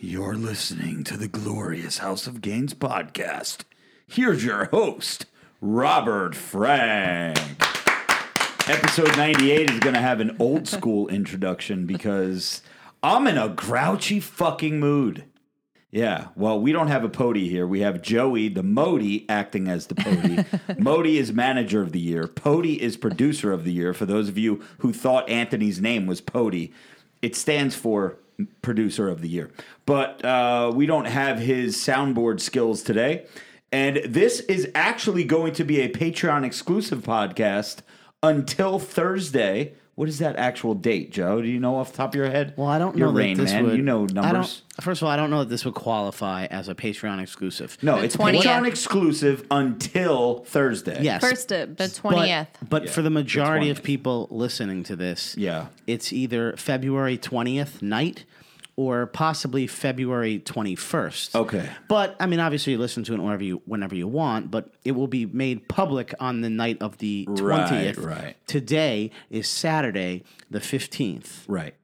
You're listening to the Glorious House of Gains podcast. Here's your host, Robert Frank. Episode 98 is going to have an old school introduction because I'm in a grouchy fucking mood. Yeah, well, we don't have a Pody here. We have Joey, the Modi, acting as the Pody. Modi is manager of the year. Pody is producer of the year. For those of you who thought Anthony's name was Pody, it stands for producer of the year. But uh, we don't have his soundboard skills today. And this is actually going to be a Patreon exclusive podcast until Thursday. What is that actual date, Joe? Do you know off the top of your head? Well, I don't You're know Rain that this Man. would. You know I numbers. don't- first of all, I don't know that this would qualify as a Patreon exclusive. No, The it's 20th. Patreon exclusive until Thursday. Yes. First, uh, the but, twentieth. but Yeah, for the the majority 20th. of people listening to this, Yeah. it's either February 20th night or possibly February 21st. Okay. But I mean, obviously, you listen to it whenever you whenever you want, but it will be made public on the night of the Right, 20th. right. Today is Saturday, the 15th. Right.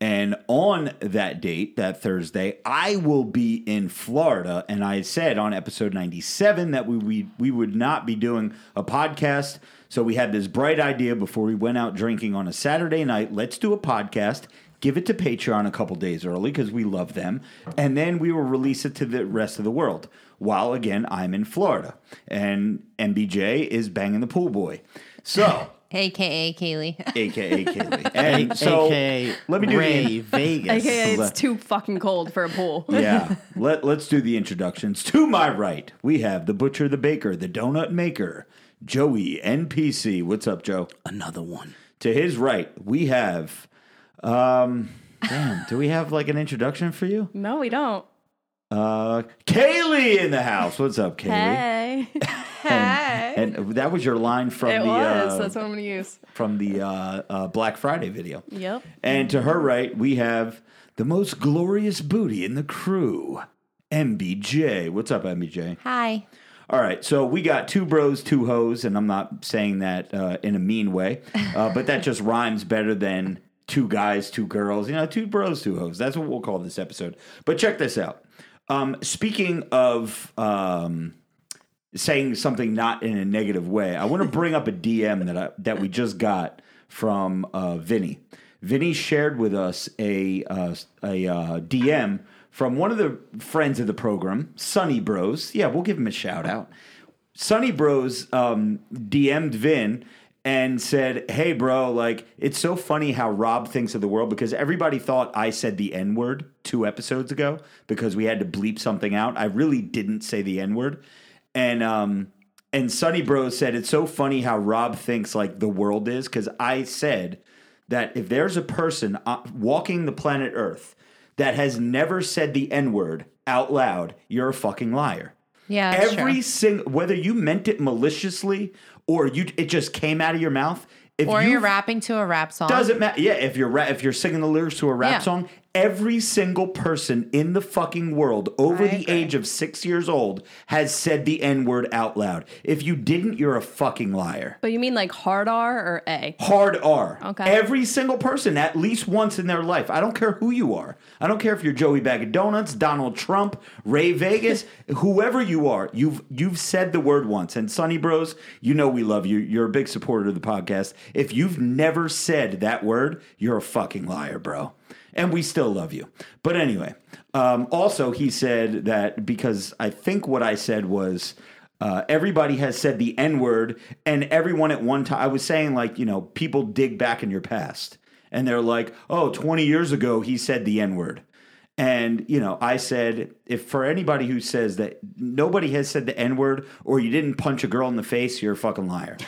And on that date, that Thursday, I will be in Florida. And I said on episode 97 that we, we, we would not be doing a podcast. So we had this bright idea before we went out drinking on a Saturday night. Let's do a podcast. Give it to Patreon a couple days early because we love them. And then we will release it to the rest of the world while, again, I'm in Florida. And MBJ is banging the pool boy. So. AKA Kaylee. aka Kaylee. And A- so AKA let me do Ray the Vegas. AKA Left. it's too fucking cold for a pool. yeah. Let let's do the introductions. To my right, we have the butcher, the baker, the donut maker, Joey NPC. What's up, Joe? Another one. To his right, we have. Um, damn, do we have like an introduction for you? No, we don't. Uh, Kaylee in the house. What's up, Kaylee? Hey. And that was your line from It the was. uh, That's what I'm going to use. from the uh, uh, Black Friday video. Yep. And to her right, we have the most glorious booty in the crew, MBJ. What's up, MBJ? Hi. All right, so we got two bros, two hoes, and I'm not saying that uh, in a mean way, uh, but that just rhymes better than two guys, two girls. You know, two bros, two hoes. That's what we'll call this episode. But check this out. Um, speaking of um, saying something not in a negative way, I want to bring up a DM that I, that we just got from uh, Vinny. Vinny shared with us a uh, a uh, DM from one of the friends of the program, Sunny Bros. Yeah, we'll give him a shout out. Sunny Bros um, DM'd Vin and said, "Hey, bro, like it's so funny how Rob thinks of the world because everybody thought I said the N word two episodes ago because we had to bleep something out. I really didn't say the N word, and um, and Sunny Bros said it's so funny how Rob thinks like the world is because I said." that if there's a person uh, walking the planet Earth that has never said the N word out loud, you're a fucking liar. Yeah, that's Every true. single, whether you meant it maliciously or you, it just came out of your mouth. If Or you're you rapping to a rap song. doesn't matter. Yeah, if you're ra- if you're singing the lyrics to a rap Yeah. song, every single person in the fucking world over I the agree. age of six years old has said the N word out loud. If you didn't, you're a fucking liar. But you mean like hard R or A? Hard R. Okay. Every single person, at least once in their life. I don't care who you are. I don't care if you're Joey Bag of Donuts, Donald Trump, Ray Vegas, whoever you are. You've you've said the word once. And Sonny Bros, you know we love you. You're a big supporter of the podcast. If you've never said that word, you're a fucking liar, bro. And we still love you. But anyway, um, also he said that because I think what I said was. Uh, everybody has said the N word, and everyone at one time, I was saying, like, you know, people dig back in your past and they're like, oh, 20 years ago, he said the N word. And, you know, I said, if for anybody who says that nobody has said the N word or you didn't punch a girl in the face, you're a fucking liar.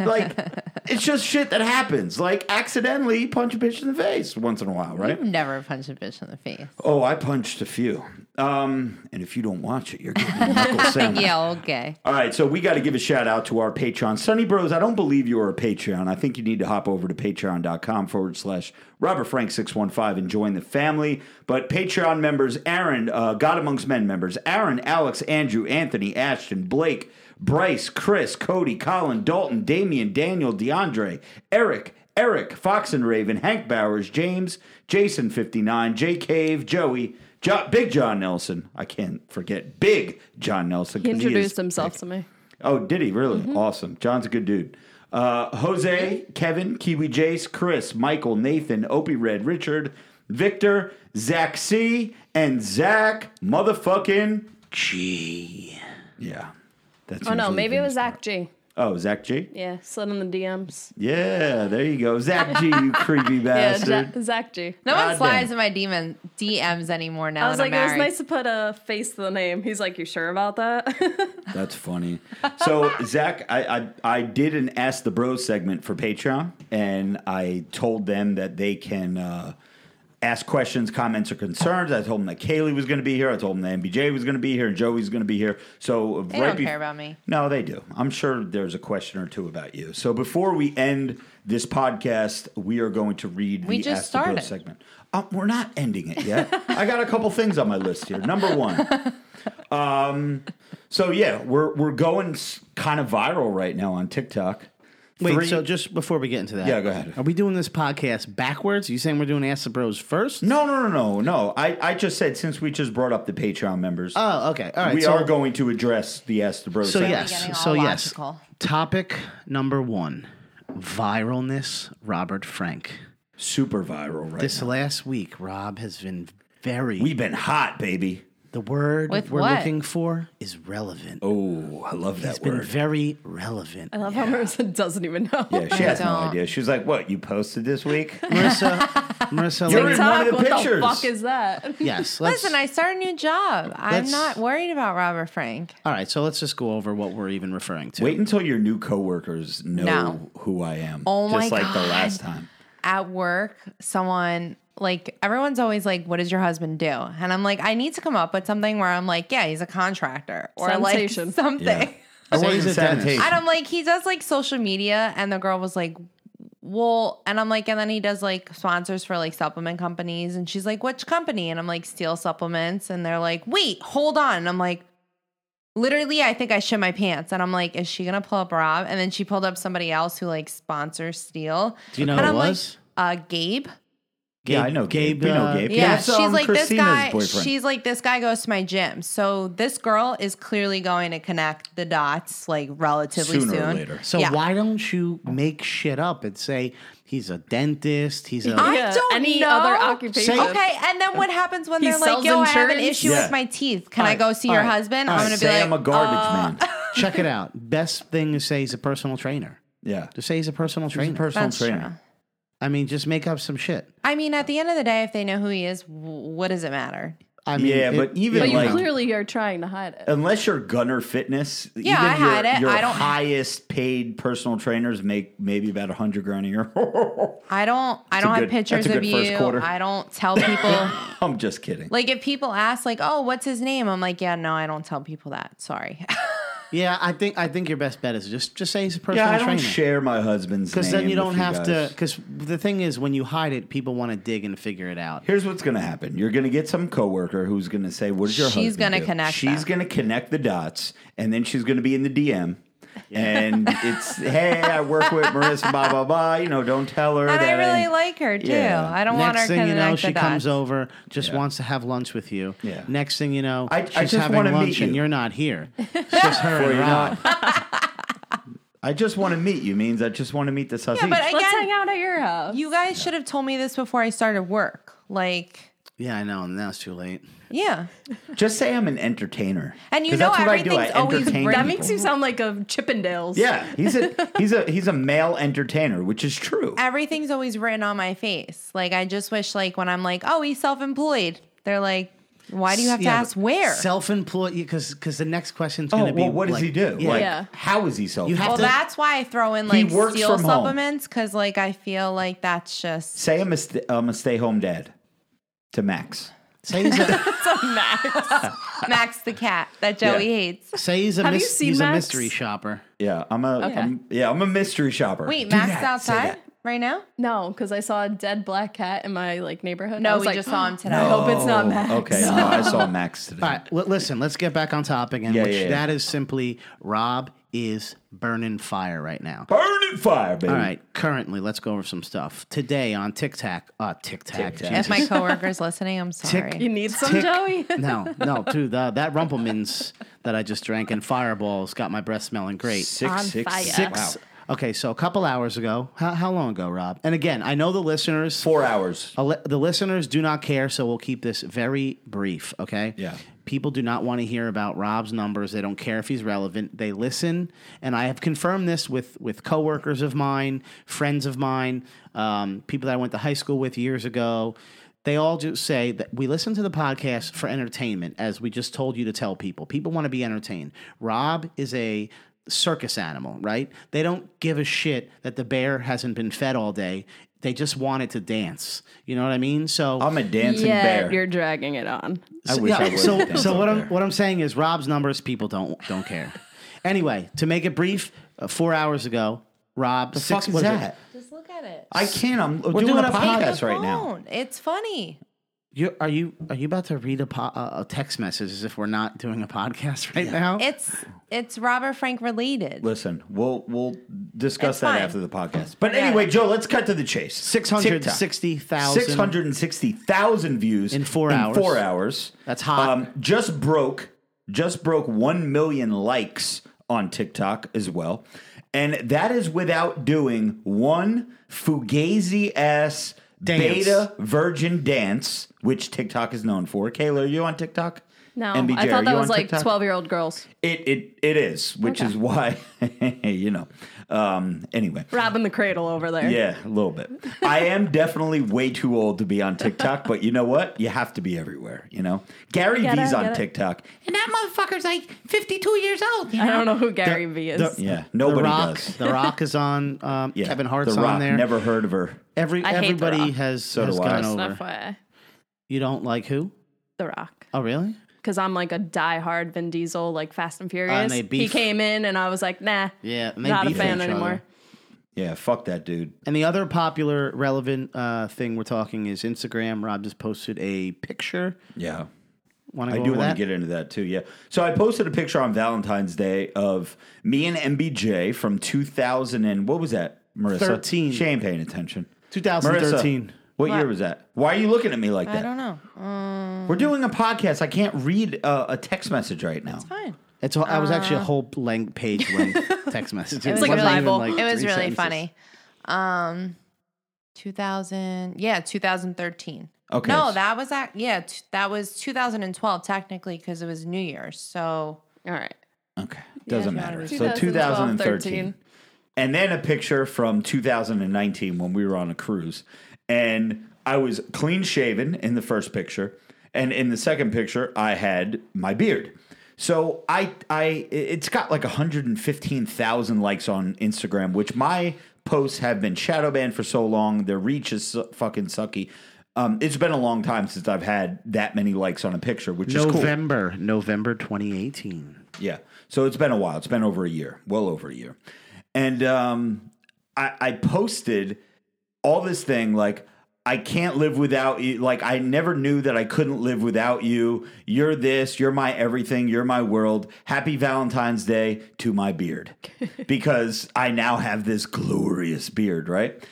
like, it's just shit that happens. Like, accidentally punch a bitch in the face once in a while, right? You've never punched a bitch in the face. Oh, I punched a few. Um, and if you don't watch it, you're getting a knuckle sandwich. Yeah, okay. All right, so we got to give a shout out to our Patreon. Sunny Bros, I don't believe you're a Patreon. I think you need to hop over to patreon.com forward slash Robert Frank 615 and join the family. But Patreon members, Aaron, uh, God Amongst Men members, Aaron, Alex, Andrew, Anthony, Ashton, Blake, Bryce, Chris, Cody, Colin, Dalton, Damian, Daniel, DeAndre, Eric, Eric, Fox and Raven, Hank Bowers, James, Jason 59, Jay Cave, Joey, Jo- Big John Nelson. I can't forget Big John Nelson. He 'cause is introduced himself to me. Oh, did he really? Mm-hmm. Awesome. John's a good dude. Uh, Jose, Kevin, Kiwi Jace, Chris, Michael, Nathan, Opie Red, Richard, Victor, Zach C, and Zach motherfucking G. Yeah. That's Oh no, usually maybe it the- was Zach G. Oh, Zach G? Yeah, slid in the DMs. Yeah, there you go. Zach G, you creepy Yeah, bastard. Zach, Zach G. No Goddamn. one slides in my demon DMs anymore now I was that like, I'm it was married. nice to put a face to the name. He's like, you sure about that? That's funny. So Zach, I, I I did an Ask the Bros segment for Patreon, and I told them that they can uh, ask questions, comments, or concerns. I told them that Kaylee was going to be here. I told them that MBJ was going to be here, and Joey's going to be here. So uh, They don't care about me. No, they do. I'm sure there's a question or two about you. So before we end this podcast, we are going to read We the Ask just the Bros started. segment. Um, we're not ending it yet. I got a couple things on my list here. Number one. So yeah, we're we're going kind of viral right now on TikTok. Wait, Three- so just before we get into that, Yeah, go ahead. Are we doing this podcast backwards? Are you saying we're doing Ask the Bros first? no, no, no, no, no. I, I just said since we just brought up the Patreon members, Oh, okay. All right. we so, are going to address the Ask the Bro. So segment. getting yes. So all logical. yes. Topic number one: viralness. Robert Frank. super viral right This now. last week, Rob has been very. We've been hot, baby. the word With we're what? looking for is relevant. Oh, I love that it's been very relevant. I love how Marissa doesn't even know. yeah, she I has no don't. idea. She's like, "What you posted this week?" Marissa, Marissa, You're let me- in one of the what pictures. the fuck is that? yes. Let's, Listen, I start a new job. I'm Let's- not worried about Robert Frank. all right. So let's just go over what we're even referring to. Wait until your new coworkers know No. who I am. Oh just my like the God. last time. At work, someone like everyone's always like, "What does your husband do?" And I'm like, I need to come up with something where I'm like, "Yeah, he's a contractor," or Sanitation. like something. Yeah. I Say work he's in a dentist. sanitation. And I'm like, he does like social media. And the girl was like, well, and I'm like, and then he does like sponsors for like supplement companies. And she's like, which company? And I'm like, Steel Supplements. And they're like, wait, hold on. And I'm like, literally, I think I shit my pants. And I'm like, is she going to pull up Rob? And then she pulled up somebody else who like sponsors Steel. Do you know and who it I'm was? Like, uh, Gabe. yeah, I know Gabe. Gabe, We know uh, Gabe. Yeah, That's, she's um, like Christina's this guy. boyfriend. She's like this guy goes to my gym. So this girl is clearly going to connect the dots like relatively Sooner or soon. later. So Yeah. why don't you make shit up and say he's a dentist? He's a I Yeah, don't any know. other occupation. Say- Okay, and then what happens when He they're like, sells "Yo, I have an insurance? issue Yeah. with my teeth. Can I Alright, go see your alright, husband?" I'm alright. gonna be Say like, I'm a garbage man. check it out. Best thing to say is a personal trainer. Yeah, Just say he's a personal trainer. personal That's trainer. true. I mean, just make up some shit. I mean, at the end of the day, if they know who he is, w- what does it matter? I mean, Yeah, but even, But you you like- know. clearly are trying to hide it. unless you're Gunner Fitness, Yeah, even I your, had it. Your I don't- highest paid personal trainers make maybe about a hundred grand a year. I don't. I That's a don't good- have that's pictures a of good first you. quarter. I don't tell people. I'm just kidding. like if people ask, like, "Oh, what's his name?" I'm like, "Yeah, no, I don't tell people that. Sorry." yeah, I think I think your best bet is just just say he's a personal yeah, I don't trainer. share my husband's Because name then you with don't have to. guys. Because the thing is, when you hide it, people want to dig and figure it out. Here's what's going to happen. You're going to get some coworker who's going to say, "What is your She's husband gonna do?" connect She's them. going to connect the dots, and then she's going to be in the DM. And it's hey, I work with Marissa, blah blah blah. You know, don't tell her and that. I really like her too. Yeah. I don't want Next her thing you know, connected she to comes that. over, just wants to have lunch with you. Yeah. Next thing you know, I- I she's just having wanna meet lunch and you. you're not here. It's just her and Rob. I just want to meet you. Means I just want to meet this husband. but I- Let's Again, hang out at your house. You guys should have told me this before I started work. Like, Yeah, I know. And now it's too late. yeah. Just say I'm an entertainer. And you 'Cause know that's what I do. I everything's always entertain great. that people. makes you sound like a Chippendales. Yeah, he's a he's a he's a male entertainer, which is true. everything's always written on my face. Like I just wish like when I'm like, oh, he's self-employed. They're like, why do you have to ask where? Self-employed, because because the next question's Oh, going to well, be what does like- he do? Yeah. Like, Yeah. how is he self? You have well, to- that's why I throw in He like works steel from home. supplements because like I feel like that's just say I'm a, st- I'm a stay home dad to Max. say he's a Max the cat that Joey Yeah. hates. say he's a, Have you mis- seen he's a Max? mystery shopper. Yeah, I'm a am yeah I'm a mystery shopper. Wait, Do Max that, say outside? that. right now? No, because I saw a dead black cat in my like neighborhood. I No, was we like, just saw him today. I hope it's not Oh, Max. Okay, no, I saw Max today. All right, well, listen, let's get back on topic. And Yeah, which, yeah, yeah. that is simply Rob is burning fire right now. Burning fire, baby. All right, currently, let's go over some stuff. Today on Tic Tac, uh, Tic Tac, Tic Tac. Jesus. If my coworker's listening, I'm sorry. You need some, Tick- Joey? no, no, dude, the, that Rumplemans that I just drank and Fireballs got my breath smelling great. Six, On six, fire. six- Six. Wow. Okay, so a couple hours ago, how, how long ago, Rob? And again, I know the listeners, Four hours. a li- the listeners do not care, so we'll keep this very brief. Okay. Yeah. People do not want to hear about Rob's numbers. They don't care if he's relevant. They listen, and I have confirmed this with with coworkers of mine, friends of mine, um, people that I went to high school with years ago. They all just say that we listen to the podcast for entertainment, as we just told you to tell people. People want to be entertained. Rob is a circus animal, right? They don't give a shit that the bear hasn't been fed all day. They just want it to dance. You know what I mean? So I'm a dancing yeah, bear. you're dragging it on. I so, wish I yeah, would've so, danced so over what there. I'm what I'm saying is Rob's numbers people don't don't care. anyway, to make it brief, uh, four hours ago, Rob the Fuck is that? Just look at it. I can't. I'm We're doing, doing a a podcast podcast right now. It's funny. You, are you are you about to read a, po- a a text message as if we're not doing a podcast right now? It's it's Robert Frank related. Listen, we'll we'll discuss It's that fine. after the podcast. But Yeah. anyway, Joe, let's cut to the chase. TikTok. 660,000. 660,000 views In four hours. Four hours. Um, That's hot. just broke, just broke one million likes on TikTok as well, and that is without doing one fugazi ass Dance. beta virgin dance, which TikTok is known for. Kayla, are you on TikTok? No, MBJ, I are thought that you was on like TikTok? twelve year old girls. It it it is, which is why you know. Um. Anyway. Robbing the cradle over there. Yeah, a little bit. I am definitely way too old to be on TikTok, but you know what? You have to be everywhere, you know? Gary Get Vee's it, on get it. TikTok. And that motherfucker's like 52 years old. I don't know who Gary V is. the- Yeah, nobody the Rock, does. The Rock is on. Um, Yeah, Kevin Hart's the Rock, on there. Never heard of her. Every I hate The everybody Rock. has So has do I. gone Just over. FYI. You don't like who? The Rock. Oh, really? Because I'm like a diehard Vin Diesel, like Fast and Furious. Oh, they he beef. came in and I was like, nah, Yeah, and they not a beef fan each other. anymore. Yeah, fuck that dude. And the other popular, relevant uh, thing we're talking is Instagram. Rob just posted a picture. Yeah. Want to I go do over want that? to get into that too, yeah. So I posted a picture on Valentine's Day of me and MBJ from 2000 and what was that, Marissa? 13. She ain't paying attention. 2013. Marissa, what year was that? Why are you looking at me like that? I don't know. Um, We're doing a podcast. I can't read uh, a text message right now. fine. It's all, I was actually a whole length page length text message. It was like a wasn't even, Bible. like, Uh, It was three really sentences. funny. Um, 2000, yeah, 2013. Okay. No, that was that. Yeah, t- that was 2012 technically because it was New Year's. So All right. Okay. Doesn't matter. So 2012, 2013. And then a picture from 2019 when we were on a cruise. And I was clean shaven in the first picture. And in the second picture, I had my beard. So I, I, it's got like 115,000 likes on Instagram, which my posts have been shadow banned for so long. Their reach is su- fucking sucky. Um, it's been a long time since I've had that many likes on a picture, which is cool. November, November 2018. Yeah. So it's been a while. It's been over a year, well over a year. And um, I, I posted all this thing like, I can't live without you. Like, I never knew that I couldn't live without you. You're this, you're my everything, you're my world. Happy Valentine's Day to my beard because I now have this glorious beard, right?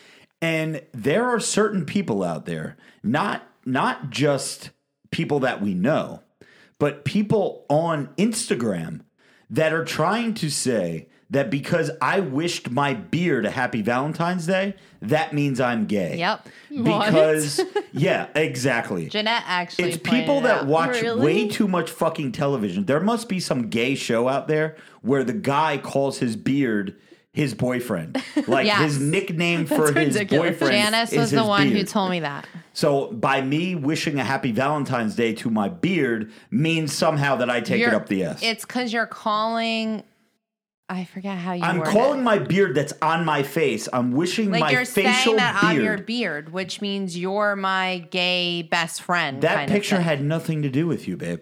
And there are certain people out there, not not just people that we know, but people on Instagram that are trying to say that because I wished my beard a happy Valentine's Day, that means I'm gay. Yep. Because yeah, exactly. Jeanette actually. It's pointed people it that out. watch Really? way too much fucking television. There must be some gay show out there where the guy calls his beard his boyfriend. Like Yes. his nickname for his ridiculous. boyfriend. Janice is was the his one who beard. told me that. So by me wishing a happy Valentine's Day to my beard means somehow that I take it You're- up the ass. It's because you're calling. I forget how you. I'm word calling it. my beard that's on my face. I'm wishing like my you're facial saying that beard. on your beard, which means you're my gay best friend. that kind of picture thing. had nothing to do with you, babe.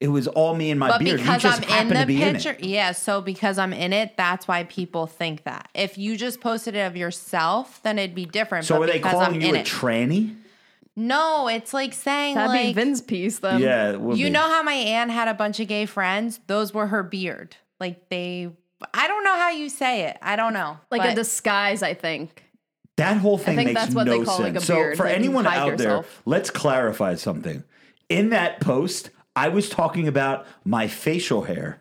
It was all me and my But beard. You because just I'm in happened to the be picture, in it. yeah. So because I'm in it, that's why people think that. If you just posted it of yourself, then it'd be different. So but are they because calling I'm you in a it, tranny? no, it's like saying That'd like be Vin's piece then. Yeah, it would Um, you be. know how my aunt had a bunch of gay friends? Those were her beard. Like they, I don't know how you say it. I don't know. Like a but- disguise, I think. That whole thing think makes that's what no they call, sense. like, a so beard, for like, anyone hide out there, yourself. let's clarify something. In that post, I was talking about my facial hair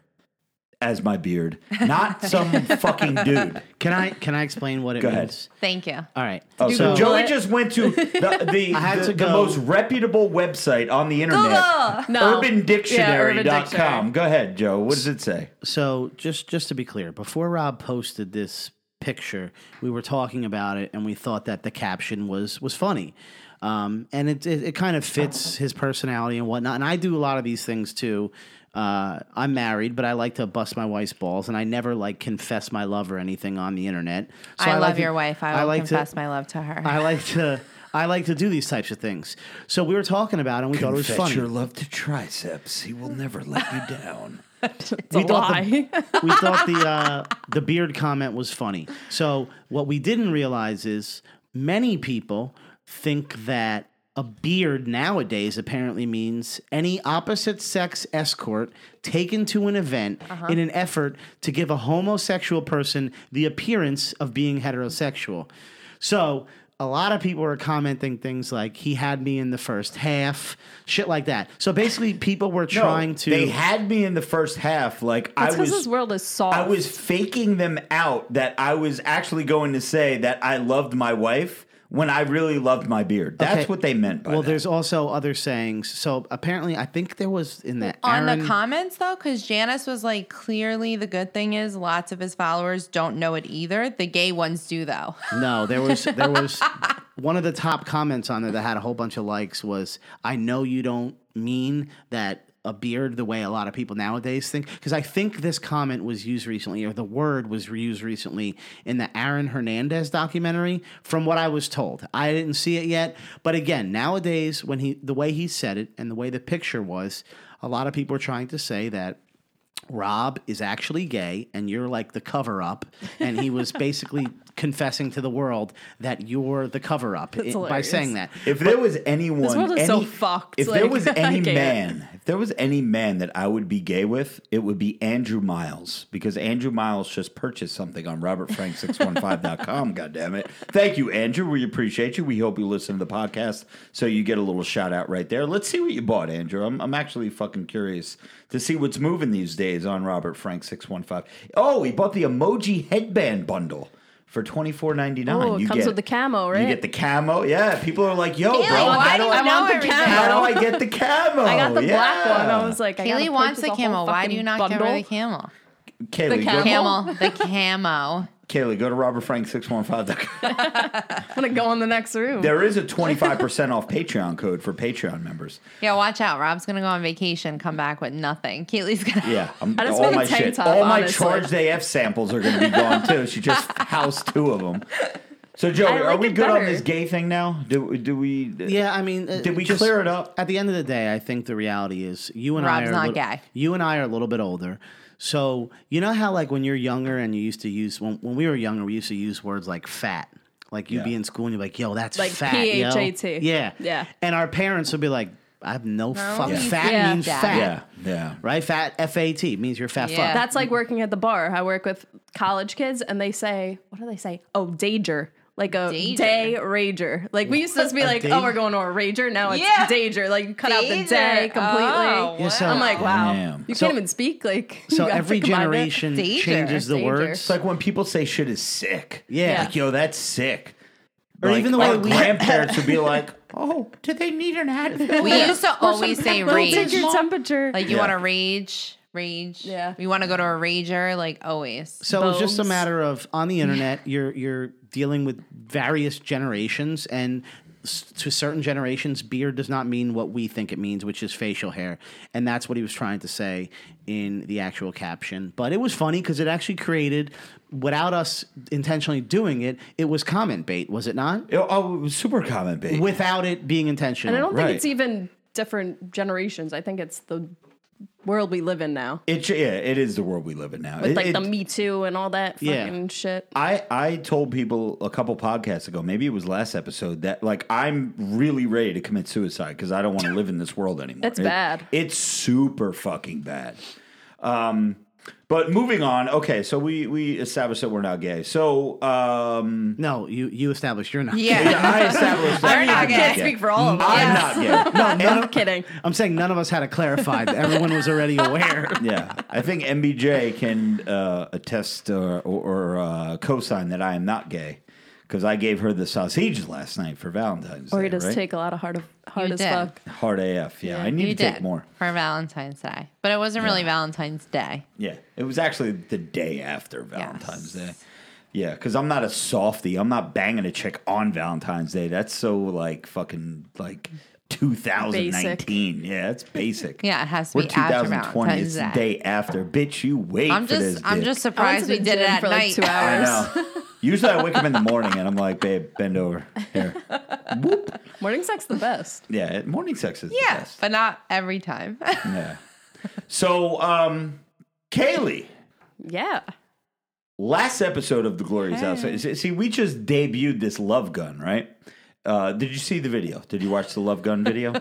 as my beard, not some fucking dude. Can I can I explain what it Go ahead. means? Thank you. All right. Oh, so Google Joey it. just went to the the, I had the, to the go- most reputable website on the internet, Google. No. UrbanDictionary.com. Yeah, Urban Dictionary. Go ahead, Joe. What does it say? So just just to be clear, before Rob posted this picture, we were talking about it, and we thought that the caption was was funny, um, and it, it it kind of fits his personality and whatnot. And I do a lot of these things too. Uh, I'm married, but I like to bust my wife's balls, and I never like confess my love or anything on the internet. So I, love like to- your wife. I will like to- confess my love to her. I like to. I like to do these types of things. So we were talking about it and we thought it was funny. love to triceps. He will never let you down. It's a lie. we thought the uh, the beard comment was funny. So what we didn't realize is many people think that a beard nowadays apparently means any opposite sex escort taken to an event in an effort to give a homosexual person the appearance of being heterosexual. So a lot of people were commenting things like he had me in the first half, shit like that. So basically people were trying to Oh, They had me in the first half. Like That's I was. because this world is soft. I was faking them out that I was actually going to say that I loved my wife when I really loved my beard. That's Okay. what they meant by Well, that. there's also other sayings. So apparently, I think there was in that on Aaron, the comments though, because Janice was like, clearly the good thing is lots of his followers don't know it either. The gay ones do though. No, there was there was one of the top comments on there that had a whole bunch of likes was I know you don't mean that a beard the way a lot of people nowadays think because I think this comment was used recently or the word was used recently in the Aaron Hernandez documentary from what I was told. I didn't see it yet, but again, nowadays when he the way he said it and the way the picture was, a lot of people are trying to say that Rob is actually gay and you're like the cover up. And he was basically confessing to the world that you're the cover up i- by hilarious. saying that. If there was anyone, world any, is so fucked, If there like, was I any can't. man, if there was any man that I would be gay with, it would be Andrew Miles because Andrew Miles just purchased something on robertfrank615.com. God damn it! Thank you, Andrew. We appreciate you. We hope you listen to the podcast, so you get a little shout out right there. Let's see what you bought, Andrew. I'm, I'm actually fucking curious to see what's moving these days on Robert Frank 615. Oh, he bought the emoji headband bundle. For twenty four ninety nine, Oh, it comes with the camo, You right? get the camo. Yeah, people are like, "Yo, Kaylee, Oh, bro, why how do do you I, I know want the everything? camo. how do I get the camo?" I got the black Oh, Yeah. one. I was like, I Kaylee gotta wants the purchase a whole camo. Why do you fucking not get rid bundle? of the camo? Kaylee, The go, camo. Camel, the camo. Kaylee, go to robertfrank615.com. I'm gonna go in the next room. there is a twenty five percent off Patreon code for Patreon members. Yeah, watch out. Rob's gonna go on vacation, come back with nothing. Keely's gonna. Yeah, I'm, I just all want a my tank shit, top, all my honestly. Charge Day F samples are going to be gone too. She just housed two of them. So, Joey, I are like we it good on better. this gay thing now? Do do we? Yeah, I mean, uh, Did we clear it up? At the end of the day, I think the reality is you and I Rob's are a not little- gay. You and I are a little bit older, so you know how like when you're younger and you used to use when when we were younger, we used to use words like fat. Like you'd be Yeah. in school and you're like, "Yo, that's Like fat." P-H-A-T. Yo. Yeah, Yeah. And our parents would be like, "I have no, fuck. you- Fat Yeah. means Yeah. fat, yeah, yeah. right? Fat F A T means you're a fat. Yeah. Fuck. That's like working at the bar. I work with college kids, and they say, "What do they say? Oh, dager." Like a Dager. day rager. Like we used to just be A like, day- oh, we're going to a rager. Now it's Yeah. dager. Like you cut out the Dager. day completely. Oh, Yeah, so- I'm like, wow. Damn. You So- can't even speak. Like So you have to every combine it. generation Danger. changes the Danger. words. It's like when people say shit is sick. Yeah. like yo, that's sick. Or even the way our we- grandparents would be like, Oh, do they need an Advil? We used to always say Well, take rage. your temperature. Like you Yeah. want to rage, rage. Yeah. You want to go to a rager, like always. So it's just a Bogues. matter of on the internet, you're you're dealing with various generations, and s- to certain generations, beard does not mean what we think it means, which is facial hair, and that's what he was trying to say in the actual caption. But it was funny because it actually created, without us intentionally doing it, it was comment bait, was it not? oh, it was super comment bait. Without it being intentional, and I don't Right. think it's even different generations. I think it's the world we live in now. It yeah, it is the world we live in now. With It- like it- the Me Too and all that Yeah. fucking shit. I I told people a couple podcasts ago, maybe it was last episode, that like I'm really ready to commit suicide because I don't want to live in this world anymore. It's It- bad. It's super fucking bad. Um, but moving on. Okay, so we we established that we're not gay. So um, No, you you established you're not. Yeah. I established that We're not I'm gay. Can't Yeah. speak for all of us. I'm not gay. I'm not kidding. I'm saying none of us had it clarified. Everyone was already aware. yeah, I think MBJ can uh, attest or, or uh, cosign that I am not gay because I gave her the sausage last night for Valentine's Or Day. he does right? take a lot of hard of hard You as did. fuck. hard AF. Yeah, I need you to did take more. for Valentine's Day, but it wasn't really Valentine's Day. Yeah, it was actually the day after Valentine's Day. Yeah, because I'm not a softie. I'm not banging a chick on Valentine's Day. That's so like fucking like 2019. Yeah, that's basic. Yeah, it has to We're be after 2020. Valentine's It's the Day. day after. Bitch, you wait I'm for this. just, I'm dick. just I went surprised to we the did it gym at for night. like two I hours. know. Usually I wake up in the morning and I'm like, babe, bend over. Here. Morning sex the best. Yeah, morning sex is the yeah, best. but not every time. yeah. So, um, Kaylee. Yeah. last episode of the glorious outside see- see we just debuted this love gun right uh, did you see the video did you watch the love gun video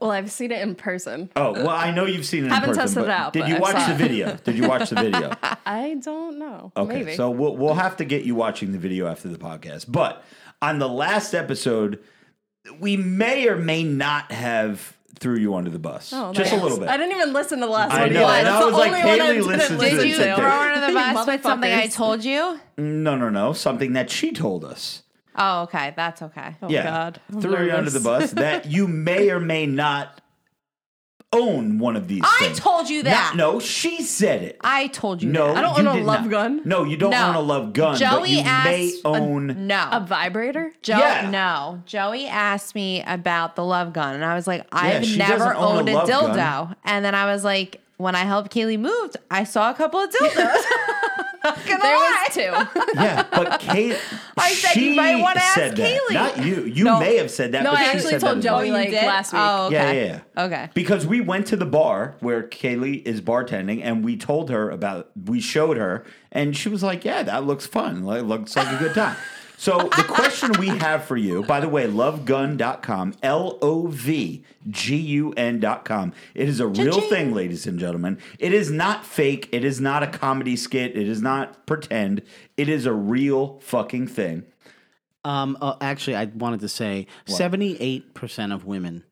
Well, I've seen it in person. oh well i know you've seen it in Haven't person, tested but it out, did but you I watch saw the it. video did you watch the video I don't know. okay Maybe. so we'll, we'll have to get you watching the video after the podcast but on the last episode we may or may not have threw you under the bus Oh, just a nice. little bit I didn't even listen to the last I one. know, That's and I the was like, only one I Kaylee didn't listens to listen did you this to. shit. throw her under the You bus with something I motherfuckers. told you? no no no something that she told us Oh, okay, that's okay. Oh, yeah, God. I'm threw you under nervous. the bus that you may or may not own one of these. I things. told you that. Not- no, she said it. I told you. no, that. I don't you own a did love not. gun. No, you don't No. own a love gun. but Joey you may asked a- own. No. A vibrator? Joe, Yeah. no. Joey asked me about the love gun, and I was like, I've she never doesn't own a owned a, love dildo. gun. And then I was like, when I helped Kaylee move, I saw a couple of dildos. Not gonna lie. There was two. Yeah, but Kate. I said you she might wanna ask said that. Kaylee. Not you. You No. may have said that. No, but I she actually said that told as well. Joey, You like, did? last week. Oh, Yeah, okay. yeah, yeah. Okay. Because we went to the bar where Kaylee is bartending, and we told her about. We showed her, and she was like, "Yeah, that looks fun. It looks like a good time." So the question we have for you, by the way, lovegun.com, L O V G U N.com. It is a real Cha-ching. thing, ladies and gentlemen. It is not fake. It is not a comedy skit. It is not pretend. It is a real fucking thing. Um, uh, actually, I wanted to say seventy-eight percent of women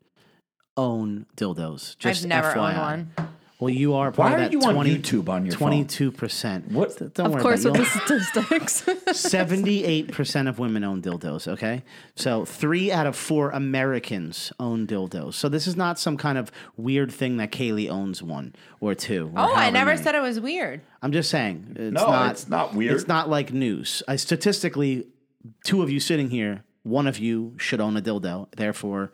own dildos. Just never FYI. owned one. Well, you are. Part Why of are that you on 20 YouTube on your phone? Twenty-two percent. What- Don't worry Of course, with about the it. statistics. Seventy-eight percent of women own dildos. Okay, so three out of four Americans own dildos. So this is not some kind of weird thing that Kaylee owns one or two. or Oh, I however never many. said it was weird. I'm just saying. It's No, not, it's not weird. It's not like news. I statistically, two of you sitting here, one of you should own a dildo. Therefore,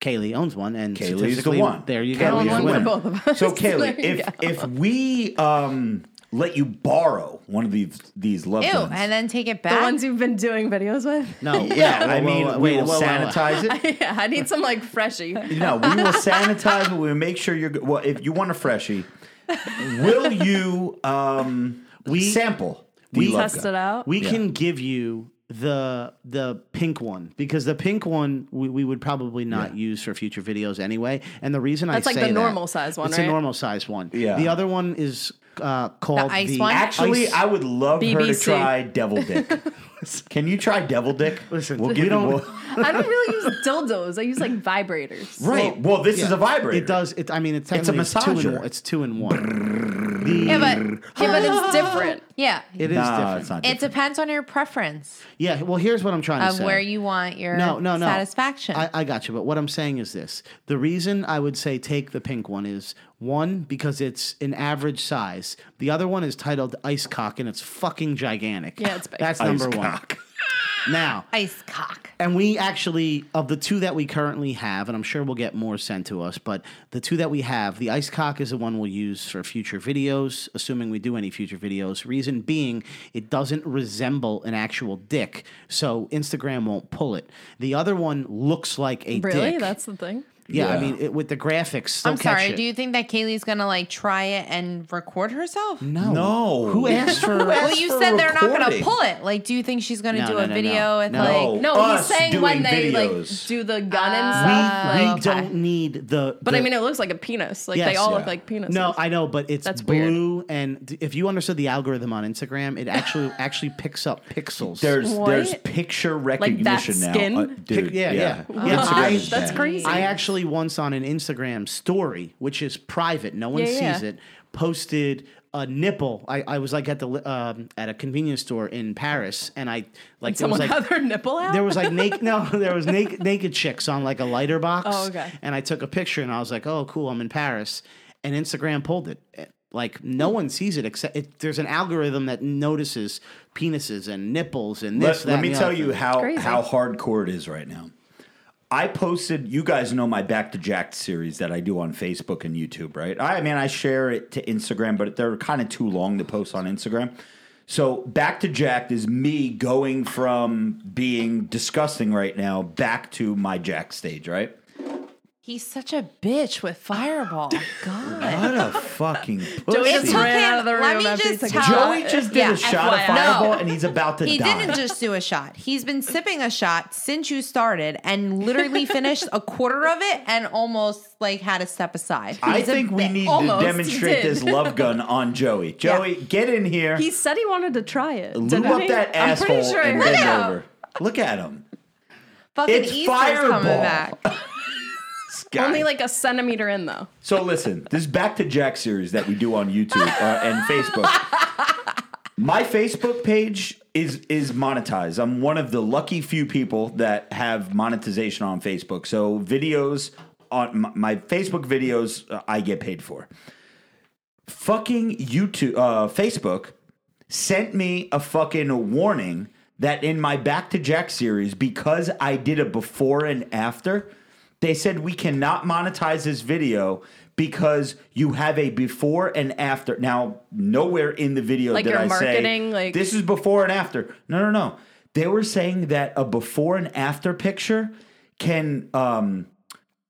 Kaylee owns one, and Kaylee's the statistically, one. there you Kaylee's go. the You're the one winner. for both of us. So Kaylee, There you if if we um let you borrow one of these these love Ew, guns, and then take it back. the ones you've been doing videos with. No, yeah, wait, I whoa, mean whoa, we wait, will whoa, whoa, whoa. sanitize it. yeah, I need some like freshie. No, we will sanitize it. We will make sure you're good. well. If you want a freshie, will you um we sample? the we love Test gun? it out. We can give you the the pink one because the pink one we, we would probably not use for future videos anyway. And the reason That's I like say the that- normal size one, it's a right? normal size one. Yeah. The other one is uh, called ice one? Actually, ice- I would love her to BBC. try devil dick. Can you try devil dick? Listen, we'll we give you. don't- we'll- I don't really use dildos. I use like vibrators. right. Well, this is a vibrator. It does. It, I mean, it's It's a technically It's two in, massager. one- it's two in one. The, yeah, but Yeah, but it's different. yeah, it is Nah, different. it's not. it depends on your preference Yeah. Well, here's what I'm trying to of say. where you want your no, no, no. satisfaction. I, I got you. But what I'm saying is this: the reason I would say take the pink one is one because it's an average size. The other one is titled Ice Cock, and it's fucking gigantic. Yeah, it's big. That's number one. Now, Ice cock. and we actually of the two that we currently have and i'm sure we'll get more sent to us but the two that we have the ice cock is the one we'll use for future videos assuming we do any future videos reason being it doesn't resemble an actual dick so instagram won't pull it the other one looks like a Really? dick That's the thing. Yeah, I Yeah. mean, it, with the graphics, still I'm catch sorry. it. Do you think that Kaylee's gonna like try it and record herself? No. No. Who asked for? Well, you for said they're not gonna recording. pull it. Like, do you think she's gonna No, do no, a no, video no. with No. like? No, Us he's saying doing when they videos. like do the gun and we stuff. we like, okay. don't need the. Oh, but the, I mean, it looks like a penis. Like they Yes, all yeah. look like penises. No, I know, but it's That's weird. blue, and d- if you understood the algorithm on Instagram, it actually actually picks up pixels. There's What? there's picture recognition now, skin? Uh, dude. Pic- yeah, yeah. Instagram Yeah, I- is Oh, that's bad. crazy. I actually once on an Instagram story, which is private, no one Yeah, yeah. sees it, posted a nipple. I, I was like at the li- um, at a convenience store in Paris, and I like there was Someone like had their nipple out. there was like naked no there was naked naked chicks on like a lighter box. Oh, okay. And I took a picture, and I was like, oh cool, I'm in Paris, and Instagram pulled it. Eh, Like no one sees it except it, there's an algorithm that notices penises and nipples and Let, this. that, let and me the tell other you thing. how crazy. how hardcore it is right now. I posted. You guys know my Back to Jack series that I do on Facebook and YouTube, right? I, I mean, I share it to Instagram, but they're kind of too long to post on Instagram. So Back to Jack is me going from being disgusting right now back to my Jack stage, right? He's such a bitch with Fireball. God. What a fucking Joey It just pussy. took ran him- out of the room let me after he just took a tell- shot. Joey just did Yeah, a shot of FYI. fireball, No. and he's about to He die. didn't just do a shot. He's been sipping a shot since you started and literally finished a quarter of it and almost like had to step aside. I He's a think we bitch. need Almost, to he demonstrate did. this love gun on Joey. Joey, get in here. He said he wanted to try it. lube didn't up he? that I'm asshole pretty sure I and heard bend that. over. Look at him. fucking it's Easter's Fireball. coming back. This guy. Only like a centimeter in though. so listen, this Back to Jack series that we do on YouTube uh, and Facebook. My Facebook page is is monetized. I'm one of the lucky few people that have monetization on Facebook. So videos on my, my Facebook videos, uh, I get paid for. Fucking YouTube, uh, Facebook sent me a fucking warning that in my Back to Jack series, because I did a before and after, they said we cannot monetize this video because you have a before and after. Now, nowhere in the video Like did your I marketing, say like- this is before and after. No, no, no. They were saying that a before and after picture can um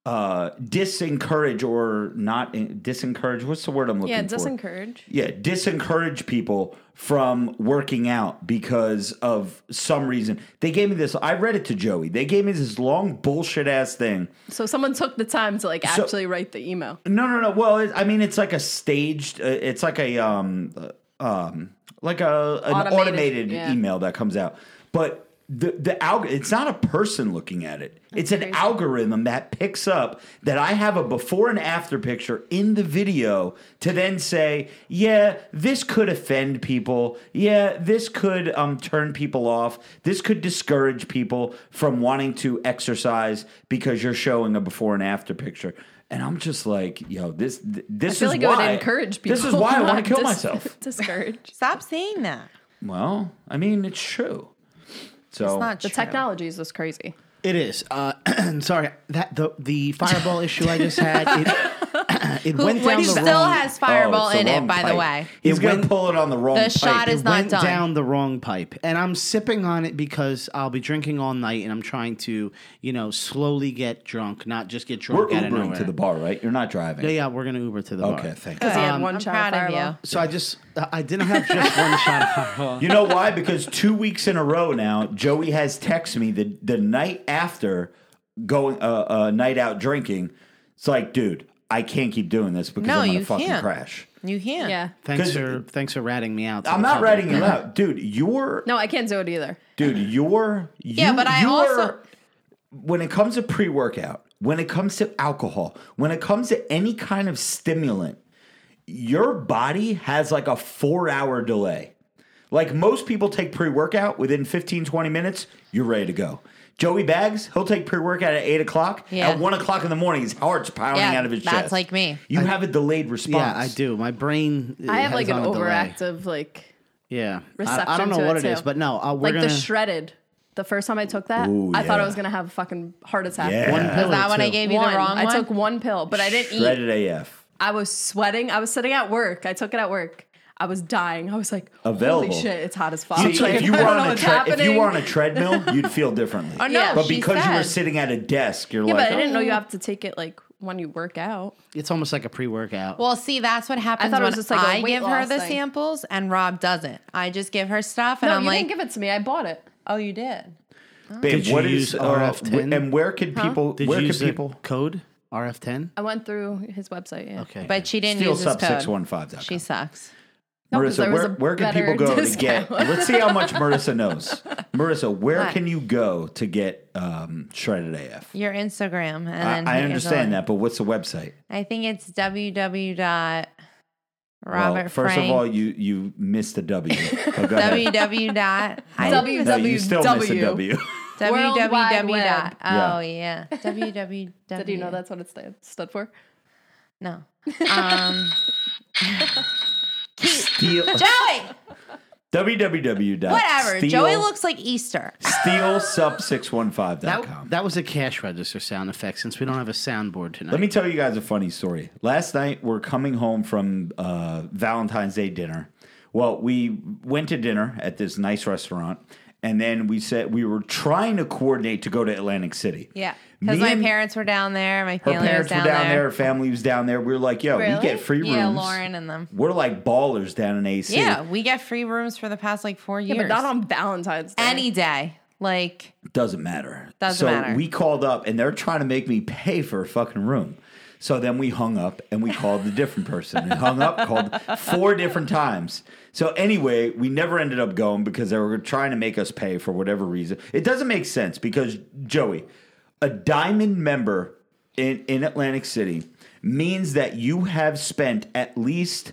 uh disencourage or not in, disencourage what's the word I'm looking Yeah, for? disencourage. yeah, disencourage people from working out because of some reason. They gave me this. I read it to Joey. They gave me this long bullshit ass thing. So someone took the time to like So- actually write the email. No, no, no. Well, it, I mean, it's like a staged. Uh, it's like a um, uh, um, like a an automated, Automated, yeah. email that comes out. But the the alg- it's not a person looking at it. it's an algorithm that picks up that I have a before and after picture in the video to then say, yeah, this could offend people. Yeah, this could um turn people off. This could discourage people from wanting to exercise because you're showing a before and after picture. And I'm just like, yo, this th- this I feel is like why it would encourage people. This is why I want not to kill dis- myself. discourage. Stop saying that. Well, I mean, it's true. So It's not The true. technology is just crazy. It is. Uh, sorry that the the fireball issue I just had. It, it Who, went down which the still wrong. has Fireball Oh, it's in the it, wrong by the pipe. way. He's It gonna went- pull it on the wrong. The shot pipe. is it not went done. down the wrong pipe, and I'm sipping on it because I'll be drinking all night, and I'm trying to, you know, slowly get drunk, not just get drunk. We're out of Ubering nowhere. to the bar, right? You're not driving. Yeah, yeah, we're gonna Uber to the bar. Okay, thank you. Because he had Um, one I'm shot proud of you. So I just I didn't have just one shot. Of fireball. You know why? Because two weeks in a row now, Joey has texted me the the night after going a uh, uh, night out drinking. It's like, dude, I can't keep doing this because No, I'm gonna you fucking can't. crash. You can't. Yeah. Thanks 'Cause- for thanks for ratting me out. to I'm the not public. writing you out, dude. You're No, I can't do it either. dude you're you, Yeah, but I you also- are- when it comes to pre-workout when it comes to alcohol when it comes to any kind of stimulant your body has like a four hour delay like most people take pre-workout within 15 20 minutes you're ready to go joey bags he'll take pre-workout at 8 o'clock Yeah. at 1 o'clock in the morning his heart's pounding Yeah, out of his that's chest like me. you have a delayed response Yeah, I do. My brain. uh, I have has like an on a delay. overactive like Yeah, I, reception. I don't know to what it, it is, too. but no, uh, we're like gonna the shredded. The first time I took that, Ooh, I thought I yeah. was gonna have a fucking heart attack. Yeah. one Is pillar that when I too. gave you One. the wrong one? I took one pill, but I didn't eat. E. shredded af I was sweating. I was sitting at work. I took it at work. I was dying. I was like, Available. holy shit, it's hot as fuck. See, Like, if, you I were don't know on a what's tre- if you happening. were on a treadmill, you'd feel differently. Oh, no, but she's because you were sad. sitting at a desk, you're yeah, like, but I "Oh, didn't know you have to take it like when you work out. It's almost like a pre-workout. Well, see, that's what happens thought it when was just like a I weight give her loss the thing. samples and Rob doesn't. I just give her stuff and No, I'm you like, didn't give it to me. I bought it. oh, you did. babe, Did you what is use uh, RF10? wh- and where could people? Did where could you use the people? code RF10? I went through his website. Yeah. Okay, But she didn't Steel use his sub code. six one five. She sucks. No, 'cause Marissa, there was where, a where can people better go to discount. get? Let's see how much Marissa knows. Marissa, where Hi. can you go to get um, shredded AF? Your Instagram. I, And then I he is understand like- that, but what's the website? I think it's www. dot Well, Robert first Frank. of all, you you missed the W. Oh, go ahead. www. dot I No, think no, it's you still missed the WWW. W. World Wide www. dot Web. Oh yeah. www. Did you know that's what it stand, stood for? No. Um, Steel, Joey. www. Whatever. Joey looks like Easter. steelsub615.com. that was a cash register sound effect since we don't have a soundboard tonight. Let me tell you guys a funny story. Last night, we're coming home from uh, Valentine's Day dinner. Well, we went to dinner at this nice restaurant, and then we said we were trying to coordinate to go to Atlantic City. Yeah. Me Because my and- parents were down there. My Her family parents was down, were down there. there. Her family was down there. We were like, yo, we Really? get free rooms. Yeah, Lauren and them. We're like ballers down in AC. Yeah, we get free rooms for the past like four years. Yeah, but not on Valentine's Day. any day. Like Doesn't matter. Doesn't so matter. we called up and they're trying to make me pay for a fucking room. So then we hung up and we called a different person and hung up, called four different times. So anyway, we never ended up going because they were trying to make us pay for whatever reason. It doesn't make sense because Joey, a diamond member in, in Atlantic City means that you have spent at least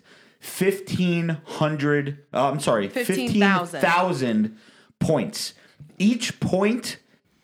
fifteen hundred. Uh, I'm sorry, fifteen 15,000. thousand points. Each point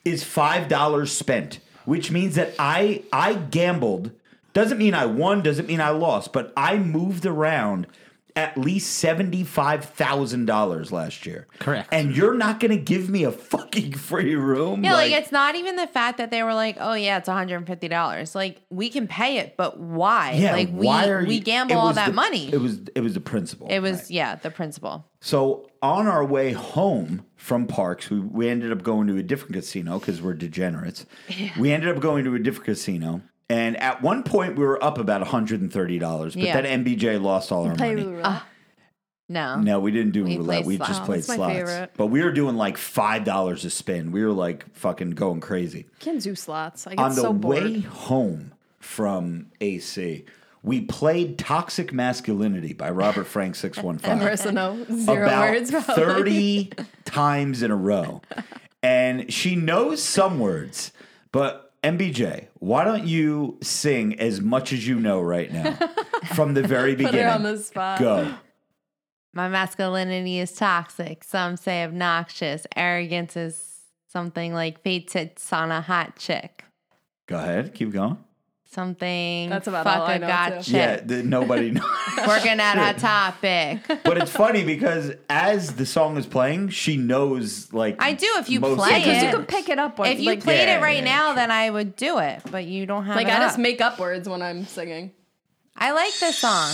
is five dollars spent, which means that I I gambled. Doesn't mean I won. Doesn't mean I lost. But I moved around at least seventy five thousand dollars last year. Correct. And you're not going to give me a fucking free room. yeah, like, it's not even the fact that they were like, oh yeah, it's one hundred and fifty dollars. Like we can pay it, but why? Yeah, like we why are we you- gamble it all was that the- money. It was it was the principle. It was right? yeah, the principal. so on our way home from parks. We, we ended up going to a different casino because we're degenerates. We ended up going to a different casino, and at one point we were up about one hundred and thirty dollars. But Yeah. then MBJ lost all our Play money. with Ah. roulette. No. No, we didn't do We roulette. played We slots. just played That's my slots. favorite. But we were doing like five dollars a spin. We were like fucking going crazy. Can do slots. I On get the so bored. way home from AC, we played "Toxic Masculinity" by Robert Frank Six One Five. Marissa, no zero about words. Probably. 30 times in a row. And she knows some words, but MBJ, why don't you sing as much as you know right now from the very beginning? on the spot. Go. My masculinity is toxic. Some say obnoxious. Arrogance is something like fate sits on a hot chick. Go ahead. Keep going. Something That's about fuck all a I know, got too. chick. Yeah, th- nobody knows. Working at Hot Topic. but it's funny because as the song is playing, she knows like I do if you most play of Because the it. words. you could pick it up. When, If you like, played Yeah, it right yeah, now, then I would do it. But you don't have like it I just up. make up words when I'm singing. I like this song.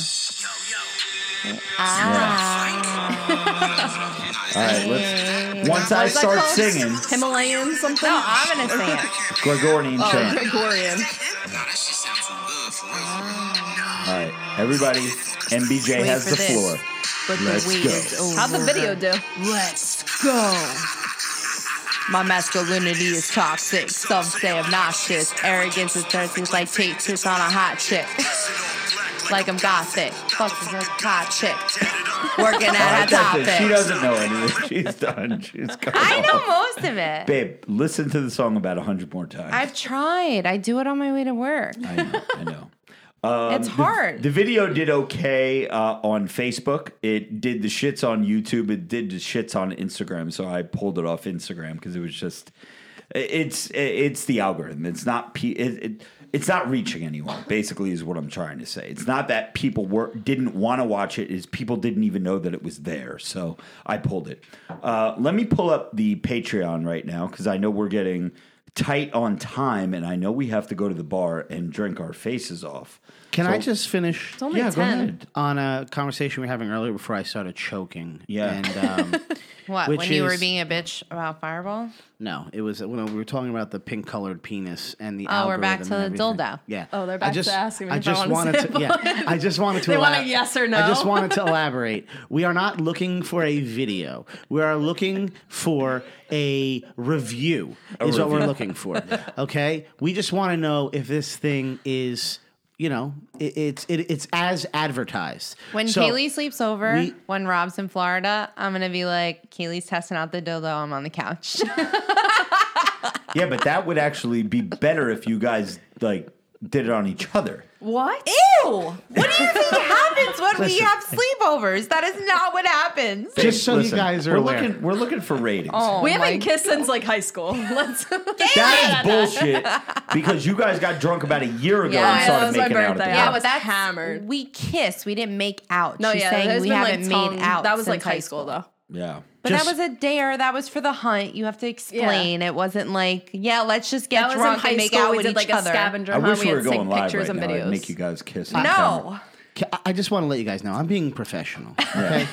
All right, Mm. let's. Once I start singing, Himalayan something. No, I'm gonna sing it. Gregorian oh, chant. Gregorian. All right, everybody, MBJ has for the this. floor. But Let's the wait go. is over. How'd the video do? Let's go. My masculinity is toxic. Some say obnoxious. Arrogance is dirty like tits on a hot chick. Like I'm gothic. Fuck is a hot chick. Working at a That's it. She topic. doesn't know anything. She's done. She's gone. I know most of it. Babe, listen to the song about a hundred more times. I've tried. I do it on my way to work. I know. I know. Um, It's the- hard. The video did okay uh, on Facebook. It did the shits on YouTube. It did the shits on Instagram. So I pulled it off Instagram because it was just it's it's the algorithm. It's not pe- it, it, it's not reaching anyone. Basically, is what I'm trying to say. It's not that people were didn't want to watch it. Is people didn't even know that it was there. So I pulled it. Uh, let me pull up the Patreon right now because I know we're getting tight on time, and I know we have to go to the bar and drink our faces off. Can I just finish It's only Yeah, go 10. ahead. on a conversation we were having earlier before I started choking? Yeah. And, um, What? Which when you were is- being a bitch about Fireball? No, it was when we were talking about the pink colored penis and the. Oh, we're back algorithm and to the everything. dildo. Yeah. Oh, they're I back to just- asking me I if I just wanna wanted to. sample Yeah, it. I just wanted to. They want a elab- yes or I just no. wanted to elaborate. We are not looking for a video. We are looking for a review. is what we're looking for. Okay. We just want to know if this thing is. You know, it, it's it, it's as advertised. When So- Kaylee sleeps over, we- when Rob's in Florida, I'm gonna be like, Kaylee's testing out the dildo. I'm on the couch. Yeah, but that would actually be better if you guys like did it on each other. What? Ew! What do you think happens when we have sleepovers? That is not what happens. just so you Listen, guys are we're aware. looking we're looking for ratings. Oh We my haven't kissed since like high school. Let's. That is bullshit because you guys got drunk about a year ago Yeah, and that started was my making out. At the birthday. bar. Yeah, Yeah, I was but that's hammered. We kissed. We didn't make out. no, She's yeah, saying there's we been, like, haven't tongue- made out. That was like since high school, though. yeah. But Just- that was a dare. That was for the hunt. You have to explain. It wasn't like, yeah, let's just get That was in drunk high and make school. out We with did each like other. a scavenger I hunt. wish we we were had going sick live pictures right and now. I'd videos. make you guys kiss. on camera. No. Ca- I- I just want to let you guys know I'm being professional. Okay,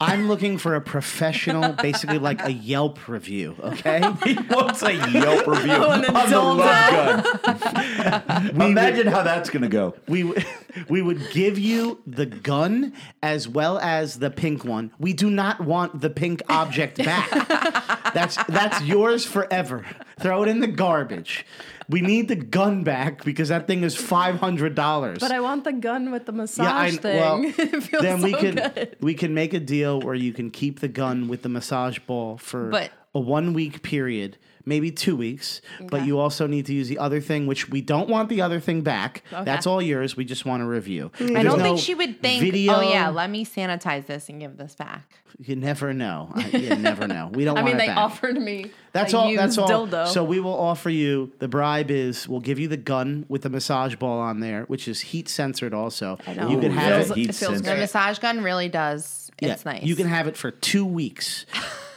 I'm looking for a professional, basically like a Yelp review. Okay, He wants a Yelp review on the an love gun. Imagine how that's gonna go. we w- we would give you the gun as well as the pink one. We do not want the pink object back. That's that's yours forever. Throw it in the garbage. We need the gun back because that thing is five hundred dollars. But I want the gun with the massage thing. well, it feels then we so can good. we can make a deal where you can keep the gun with the massage ball for But- a one week period, maybe two weeks. But you also need to use the other thing, which we don't want the other thing back. That's all yours. We just want a review. I don't think she would think, Video, oh, yeah, let me sanitize this and give this back. you never know. I- you never know. We don't. I want mean, it they back. offered me. That's a all. Used That's all. Dildo. So we will offer you the bribe is we'll give you the gun with the massage ball on there, which is heat censored. Also, know. you Ooh, can have yeah, it. feels- heat it feels sensor. The Right. massage gun really does. Yeah, It's nice. You can have it for two weeks,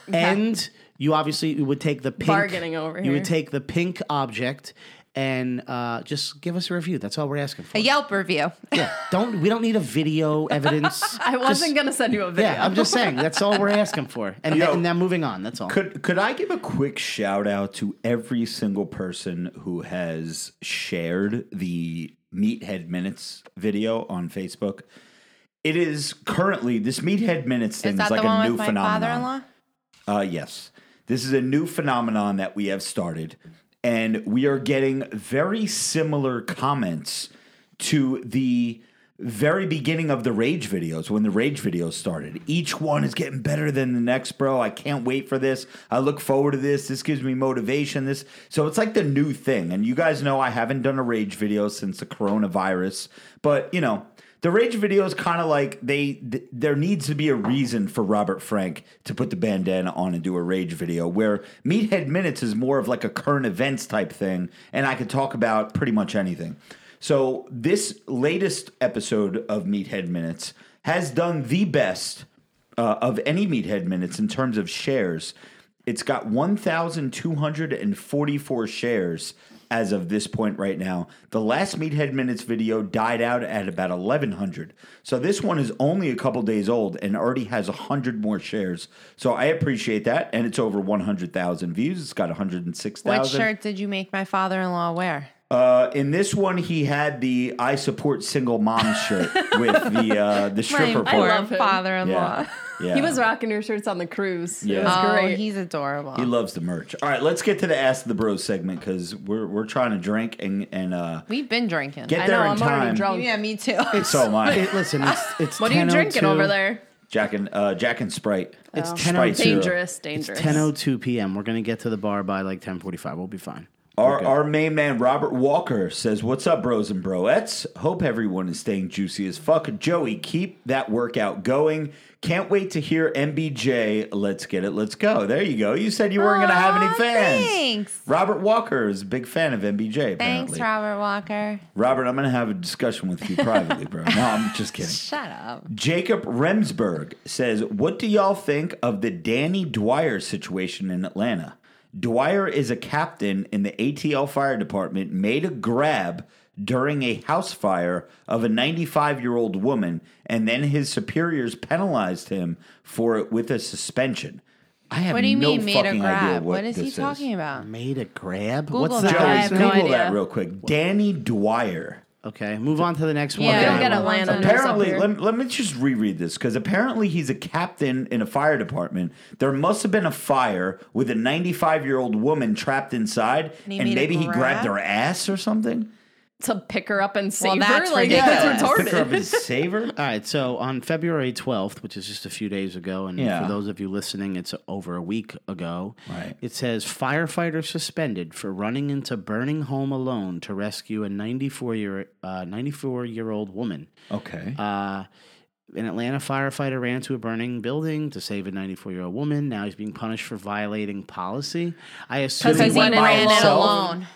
and you obviously you would take the pink, Bargaining over You here. would take the pink object and uh, just give us a review. That's all we're asking for. a Yelp review. Yeah, don't we don't need a video evidence. I wasn't Just- gonna send you a video. Yeah, I'm just saying that's all we're asking for, and, Yo. and now moving on. That's all. Could could I give a quick shout out to every single person who has shared the Meathead Minutes video on Facebook? It is currently this Meathead Minutes thing Is is, that like the a one new with my phenomenon. father in law? Uh, yes. This is a new phenomenon that we have started, and we are getting very similar comments to the very beginning of the rage videos when the rage videos started. Each one is getting better than the next, bro. I can't wait for this. I look forward to this. This gives me motivation. This so it's like the new thing. And you guys know I haven't done a rage video since the coronavirus, but you know, the rage video is kind of like they th- there needs to be a reason for Robert Frank to put the bandana on and do a rage video. Where Meathead Minutes is more of like a current events type thing, and I could talk about pretty much anything. So this latest episode of Meathead Minutes has done the best uh, of any Meathead Minutes in terms of shares. It's got 1,244 shares as of this point right now. The last Meathead Minutes video died out at about 1,100. So this one is only a couple days old and already has 100 more shares. So I appreciate that. And it's over 100,000 views. It's got What 106,000. shirt did you make my father in law wear? Uh, in this one, he had the I support single mom shirt with the, uh, the stripper my poor pole. love him. father in law. Yeah. yeah. He was rocking your shirts on the cruise. Yeah. It was Oh, great. he's adorable. He loves the merch. All right, let's get to the Ask the Bros segment because we're we're trying to drink and and uh, We've been drinking. get I there know, in I'm time. already drunk. yeah, me too. So am I. It- listen, it's, it's What are you drinking 10:02. over there? Jack and uh, Jack and Sprite. It's Sprite 10:02. Zero. Dangerous, dangerous. 10:02 p.m. We're gonna get to the bar by like 10:45. We'll be fine. Our our main man Robert Walker says, "What's up, Bros and Broettes? Hope everyone is staying juicy as fuck. Joey, keep that workout going. Can't wait to hear MBJ. Let's get it. Let's go. There you go. You said you weren't gonna have any Aw, fans. thanks. Robert Walker is a big fan of MBJ. Apparently, Thanks, Robert Walker. Robert, I'm gonna have a discussion with you privately, bro. No, I'm just kidding. Shut up. Jacob Remsberg says, What do y'all think of the Danny Dwyer situation in Atlanta? Dwyer is a captain in the ATL fire department, made a grab during a house fire of a 95 year old woman, and then his superiors penalized him for it with a suspension. I have What do you no mean made a fucking idea grab? what, what is he this talking about? Made a grab. Google What's that. Joey, I guy's have Google no that idea. real quick. Danny Dwyer. Okay, move on to the next one. Yeah, Okay. don't get Well, Atlanta. Apparently- mixed up Apparently, here. let, let me just reread this because apparently he's a captain in a fire department. There must have been a fire with a 95 year old woman trapped inside, he and made a maybe he grabbed grab? her ass or something. to pick her up and save that's her. Like ridiculous. that's Pick her up retarded. and save her. All right, so on February 12th, which is just a few days ago, and Yeah. for those of you listening, it's over a week ago. Right. It says firefighter suspended for running into burning home alone to rescue a 94 year uh, 94 year old woman. Okay. Uh, an Atlanta firefighter ran into a burning building to save a 94 year old woman. Now he's being punished for violating policy. I assume. Because he went in ran it alone. alone.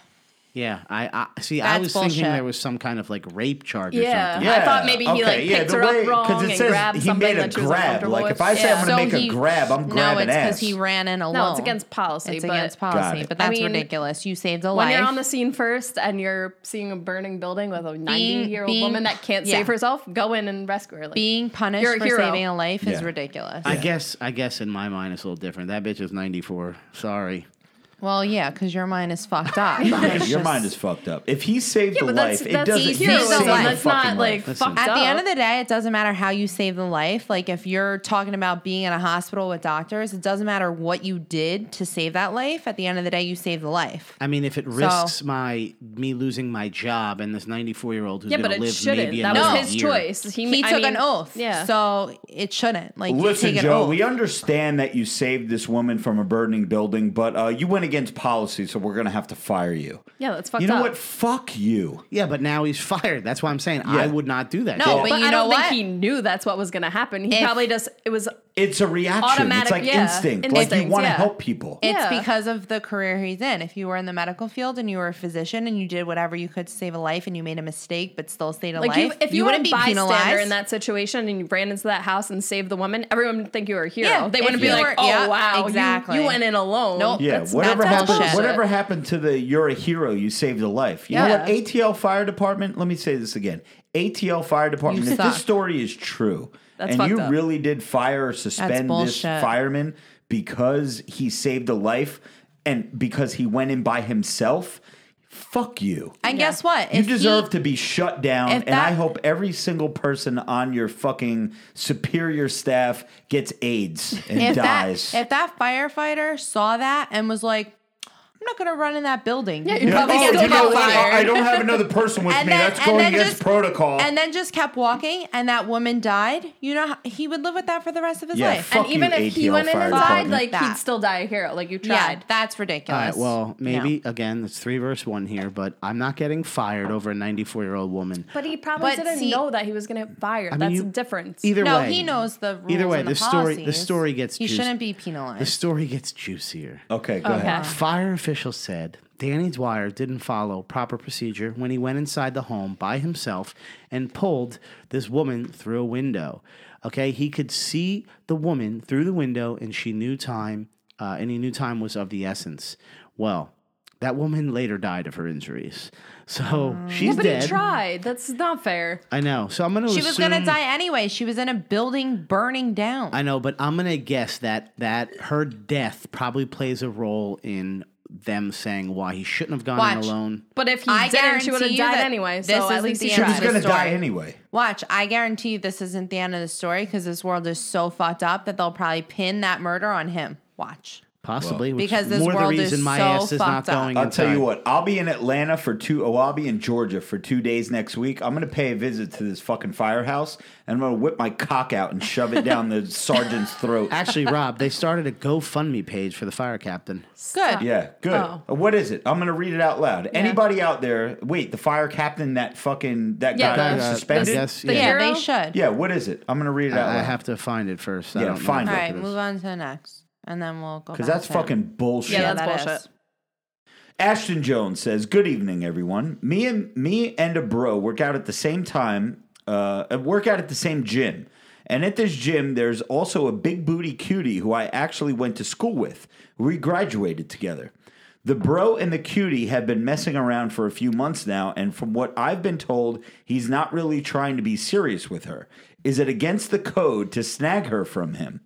yeah, I, I see. I That's was bullshit. thinking there was some kind of like rape charge or Yeah. something. I thought maybe he, like, picked the her up way- 'cause wrong it and says grabbed he something made a that she was grab. uncomfortable Like with. if I say Yeah. I'm going to make a grab, I'm No, grabbing it's because ass. he ran in alone. No, it's against policy. It's but against policy, it. but I that's mean, ridiculous. You saved a When life. you're on the scene first and you're seeing a burning building with a 90 year old being- woman that can't yeah. save herself, go in and rescue her. Like, Being punished You're a for hero. saving a life is Yeah. ridiculous. I guess I guess in my mind it's a little different. That bitch is 94. Sorry. well, yeah, because your mind is fucked up. Yeah, It's your just- mind is fucked up. If he saved a but that's- life, it that's doesn't. the He hero saved though. a That's fucking not, life. like, fucked At the end up. of the day, it doesn't matter how you save the life. Like if you're talking about being in a hospital with doctors, it doesn't matter what you did to save that life. At the end of the day, you saved the life. I mean, if it risks my me losing my job and this 94 year old who's yeah, gonna but it live shouldn't. maybe That another was his year. choice. He, He I took mean, an oath. Yeah. So it shouldn't. Like you Listen, take an Joe, oath. we understand that you saved this woman from a burning building, but uh, you went against policy, so we're gonna have to fire you. yeah, that's fucked You know up. what? Fuck you. Yeah, but now he's fired. That's why I'm saying I Yeah. would not do that. No, Yeah. but But you I know don't think what? he knew that's what was going to happen. He If- probably just, it was It's a reaction. it's Automatic- like yeah, instinct. Like you instincts, want to yeah. help people. It's Yeah. because of the career he's in. If you were in the medical field and you were a physician and you did whatever you could to save a life and you made a mistake but still saved a like life, you, if you, were a bystander in that situation and you ran into that house and saved the woman, everyone would think you were a hero. Yeah, they wouldn't if be you like, were- "Oh yeah, wow, you- exactly. you, went in alone." Nope. yeah, that's- whatever that's happened. bullshit. Whatever happened to the "you're a hero, you saved a life." You know Yeah. what? ATL Fire Department. Let me say this again. ATL Fire Department. You if suck. this story is true, That's and you fucked up. really did fire or suspend this bullshit. fireman because he saved a life and because he went in by himself, fuck you. And guess what? You If he- deserve to be shut down, if and I that- hope every single person on your fucking superior staff gets AIDS and if dies. That, if that firefighter saw that and was like, I'm not going to run in that building. you're Yeah. Oh, probably still you get know what? fired. I I don't have another person with me. That's going against protocol. And then just kept walking, and that woman died. You know, how- he would live with that for the rest of his Yeah, life. fuck and even you, if he ATL went in Fire and died, Department. like That. he'd still die a hero. Like you yeah, tried. that's All ridiculous. right. Well, maybe No. again it's three verse one here, but I'm not getting fired over a 94 year old woman. but he probably But didn't see- know that he was going to get fired. mean, that's you- the difference. Either no, way, he knows the rules. Either way, and the, the story the policies. story gets He juiced. shouldn't be The penalized. story gets juicier. okay, go Uh. okay. ahead. Fire officials said Danny Dwyer didn't follow proper procedure when he went inside the home by himself and pulled this woman through a window. Okay, he could see the woman through the window, and she knew time, uh, and he knew time was of the essence. Well, that woman later died of her injuries, so Oh. she's yeah, but dead. he tried. That's not fair. I know, so I'm gonna. She assume, was gonna die anyway. She was in a building burning down. I know, but I'm gonna guess that that her death probably plays a role in them saying why he shouldn't have gone in Watch. alone. But if he I didn't, she would guarantee have you died that anyway. this So isn't at least the he end of He's Right. tried. going to Story. die anyway. Watch, I guarantee you this isn't the end of the story because this world is so fucked up that they'll probably pin that murder on him. Watch. Possibly, which Because is this more world the is reason my so ass is not fucked up. going. I'll in tell you time. what. I'll be in Atlanta for two. Oh, I'll be in Georgia for two days next week. I'm going to pay a visit to this fucking firehouse, and I'm going to whip my cock out and shove it down the sergeant's throat. Actually, Rob, they started a GoFundMe page for the fire captain. Good. Yeah, good. Uh, What is it? I'm going to read it out loud. Anybody out there? Wait, the fire captain that fucking that Yeah, guy the- got Uh, suspended. I guess, The yeah. Yeah, Hero? they should. Yeah, what is it? I'm going to read it out I loud. have to find it first. I Yeah, don't know find what All it. book right, is. move on to the next. And then we'll go. Because back that's to him. fucking bullshit. Yeah, that's that bullshit. is. Ashton Jones says, "Good evening, everyone. Me uh, and me and a bro work out at the same time. Uh, work out at the same gym, And at this gym, there's also a big booty cutie who I actually went to school with. We graduated together. The bro and the cutie have been messing around for a few months now, and from what I've been told, he's not really trying to be serious with her. Is it against the code to snag her from him?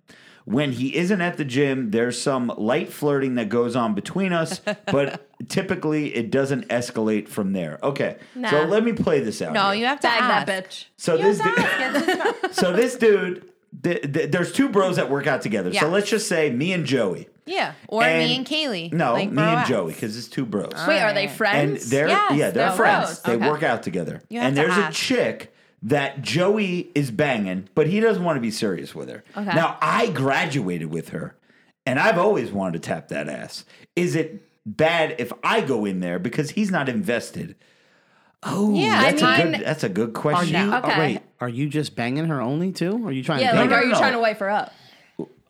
When he isn't at the gym, there's some light flirting that goes on between us, but typically it doesn't escalate from there. Okay, so Nah. let me play this out. No, here. you have to Bag ask. that bitch. So this dude, so this dude, th- th- there's two bros that work out together. Yeah. So let's just say me and Joey. Yeah, or And- me and Kaylee. No, like Ah. me and broettes. Joey, because it's two bros. Wait, are they and friends? they're Yes, yeah, they're they're friends. bros. They Okay. work out together. You have and to there's a ask. chick that Joey is banging, but he doesn't want to be serious with her. Okay. Now I graduated with her, and I've always wanted to tap that ass. Is it bad if I go in there because he's not invested? Oh, Yeah, I that's a mean- good that's a good Are question. you No. Okay. wait? Are you just banging her only too? Are you trying yeah, to bang like, no, are her? you no. trying to wife her up?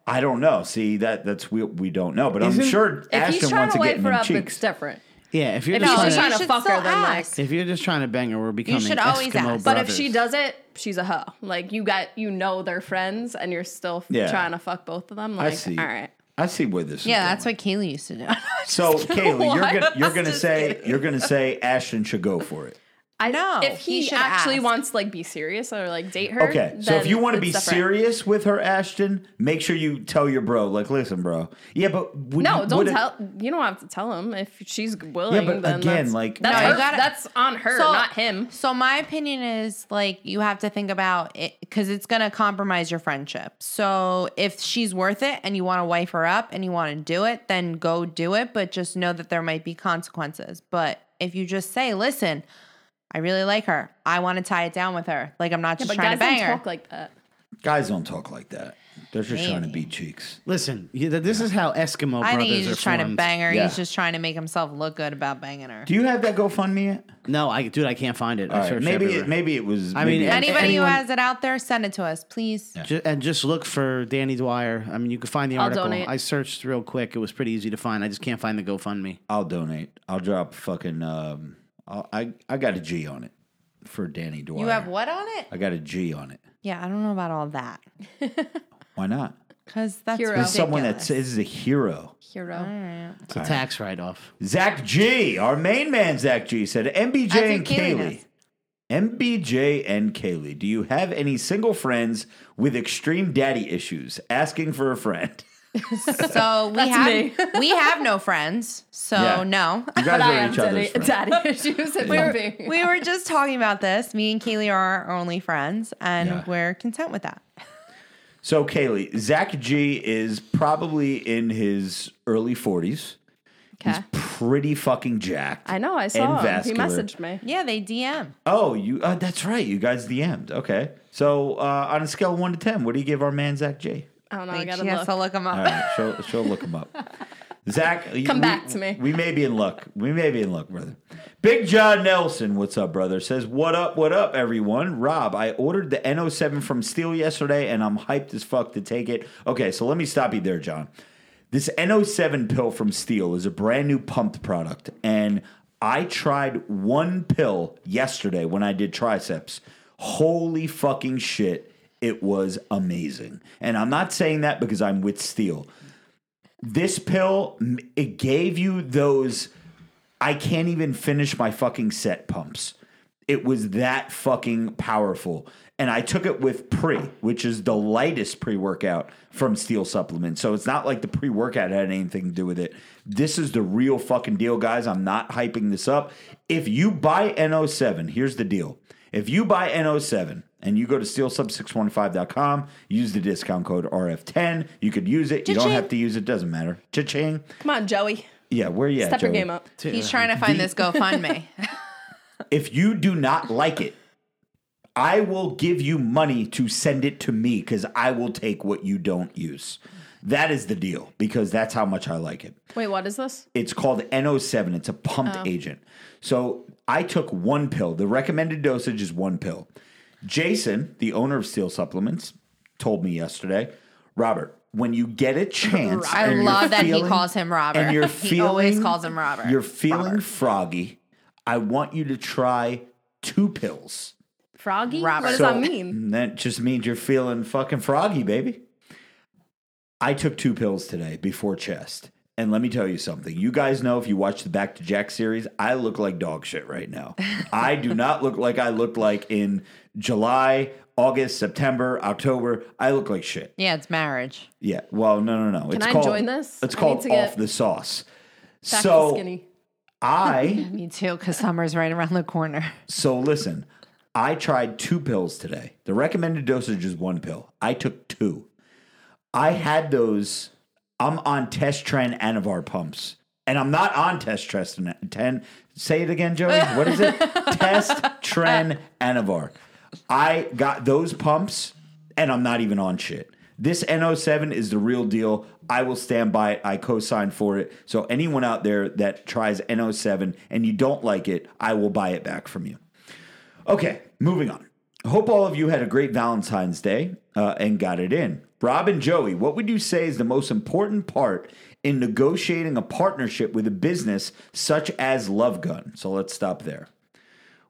I don't know. See that that's we we don't know, but I'm Isn't- sure If Ashton he's trying wants to to get wife in her them up, it's cheeks. different. Yeah, if you're If just she's trying you to, trying to should fuck her, still then like, ask. if you're just trying to bang her, we're becoming should always Eskimo brothers. ask. But if she does it, she's a hoe. Like you got, you know they're friends, and you're still Yeah. trying to fuck both of them. I Like, see. all right, I see where this. Yeah, is that's going. what Kaylee used to do. So Kaylee, you're Why? gonna you're I'm gonna just say kidding. you're gonna say Ashton should go for it. I No, If he he, should actually ask. wants to like be serious or like date her, Okay, so if then you want to it's be different. serious with her, Ashton, make sure you tell your bro. Like, listen, bro. Yeah, but would no, you, don't would it- tell. you don't have to tell him if she's willing. but then again, that's, like- that's, No, you her- gotta- that's on her, not him. So my opinion is like you have to think about it because it's gonna compromise your friendship. So if she's worth it and you want to wife her up and you want to do it, then go do it. But just know that there might be consequences. But if you just say, "Listen, I really like her. I want to tie it down with her. Like I'm not Yeah, just but trying to guys bang don't her." talk like that. guys don't talk like that. They're just trying to beat cheeks. listen, you- th- this is how Eskimo I brothers think he's are just trying to formed. bang her. Yeah. He's just trying to make himself look good about banging her. Do you have that GoFundMe yet? No, I dude, I can't find it. I All right, searched maybe everywhere. it, maybe it was. I mean, maybe it- any- Anybody anyone- who has it out there, send it to us, please. Ju- and just look for Danny Dwyer. I mean, you can find the I'll article. donate. I searched real quick; it was pretty easy to find. I just can't find the GoFundMe. I'll donate. I'll drop fucking. Um, I'll, I I got a G on it for Danny Dwyer. You have what on it? I got a G on it. Yeah, I don't know about all that Why not? because that's Hero. ridiculous. There's someone that says is a hero. Hero. It's a tax write-off. Zach G, our main man, Zach G said, MBJ That's and what Kaylee Kaylee. MBJ and Kaylee, do you have any single friends with extreme daddy issues asking for a friend? So we That's have me. we have no friends. So Yeah. no. You guys But I are am each other's daddy, friends. daddy issues. If we're being We were just talking about this. Me and Kaylee are our only friends, and Yeah. we're content with that. So, Kaylee, Zach G is probably in his early 40s, okay. pretty fucking jacked. I know. I and saw him. He vascular. messaged me. Yeah, they DM. Oh, you. Uh, that's right. You guys DM'd. Okay. So, uh, on a scale of 1 to 10, what do you give our man, Zach G? I don't know. I Like, gotta she has look. to look them up. All right, she'll, she'll look him up. Zach, Come we- back to me. We may be in luck. We may be in luck, brother. Big John Nelson, what's up, brother? Says, what up, what up, everyone? Rob, I ordered the N07 from Steel yesterday, and I'm hyped as fuck to take it. Okay, so let me stop you there, John. This N07 pill from Steel is a brand new pumped product, and I tried one pill yesterday when I did triceps. Holy fucking shit, it was amazing. And I'm not saying that because I'm with Steel this pill m- it gave you those i can't even finish my fucking set pumps it was that fucking powerful and i took it with pre which is the lightest pre-workout from steel supplement so it's not like the pre-workout had anything to do with it this is the real fucking deal guys i'm not hyping this up if you buy no7 here's the deal if you buy no7 and you go to steelsub615.com use the discount code rf10 you could use it you don't Cha-ching. have to use it doesn't matter cha-ching Come on, Joey. yeah where you at Step your Joey? game up. He's trying to find this GoFundMe. if you do not like it, I will give you money to send it to me because I will take what you don't use. That is the deal because that's how much I like it. Wait, what is this? It's called NO7. It's a pumped Oh. agent. So I took one pill. The recommended dosage is one pill. Jason, the owner of Steel Supplements, told me yesterday, Robert, when you get a chance, I and you're love that he feeling- calls him Robert. And you're He feeling, always calls him Robert. You're feeling froggy. I want you to try two pills Froggy? Robert. What does So- that mean? That just means you're feeling fucking froggy, baby. I took two pills today before chest. And let me tell you something. You guys know if you watch the Back to Jack series, I look like dog shit right now. I do not look like I looked like in July, August, September, October. I look like shit. Yeah, it's marriage. Yeah. Well, no, no, no. Can it's I called, join this? It's I need called to get Off the Sauce. Back so to skinny. I Me too, because summer's right around the corner. So listen, I tried two pills today. The recommended dosage is one pill. I took two. I had those. I'm on Test Trend Anavar pumps, and I'm not on Test Trest Ten. Say it again, Joey. What is it? test Trend Anavar. I got those pumps, and I'm not even on shit. This NO7 is the real deal. I will stand by it. I co-sign for it. So anyone out there that tries NO7 and you don't like it, I will buy it back from you. Okay, moving on. Hope all of you had a great Valentine's Day uh, and got it in. Rob and Joey, what would you say is the most important part in negotiating a partnership with a business such as Love Gun? So let's stop there.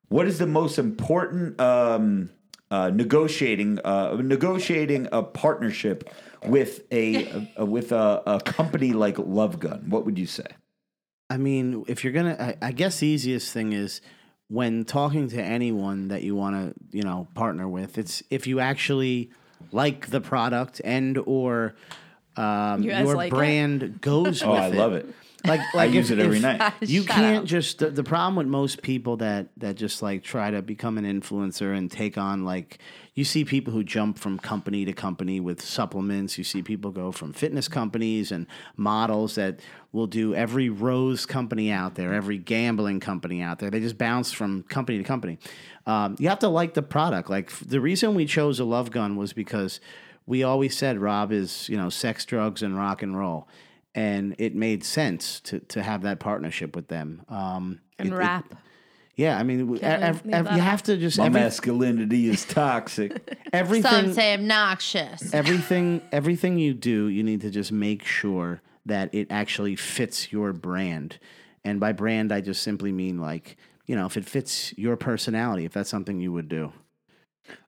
What is the most important um, uh, negotiating uh, negotiating a partnership with a, a with a, a company like Love Gun? What would you say? I mean, if you're gonna, I, I guess the easiest thing is when talking to anyone that you want to, you know, partner with. It's if you actually like the product and or um, You guys your like it? brand goes. Oh, with I love it. Like, like I use if- it every if- night. You Shut can't just the, the problem with most people that that just like try to become an influencer and take on like you see people who jump from company to company with supplements. You see people go from fitness companies and models that will do every rose company out there, every gambling company out there. They just bounce from company to company. Um, you have to like the product. Like f- the reason we chose a Love Gun was because we always said Rob is you know sex, drugs, and rock and roll and it made sense to to have that partnership with them. Um, And it- it- rap. yeah, I mean, we- ev- ev- leave ev- that you out. have to just My every, masculinity is toxic. everything say obnoxious. everything everything you do, you need to just make sure that it actually fits your brand. And by brand, I just simply mean like you know if it fits your personality, if that's something you would do.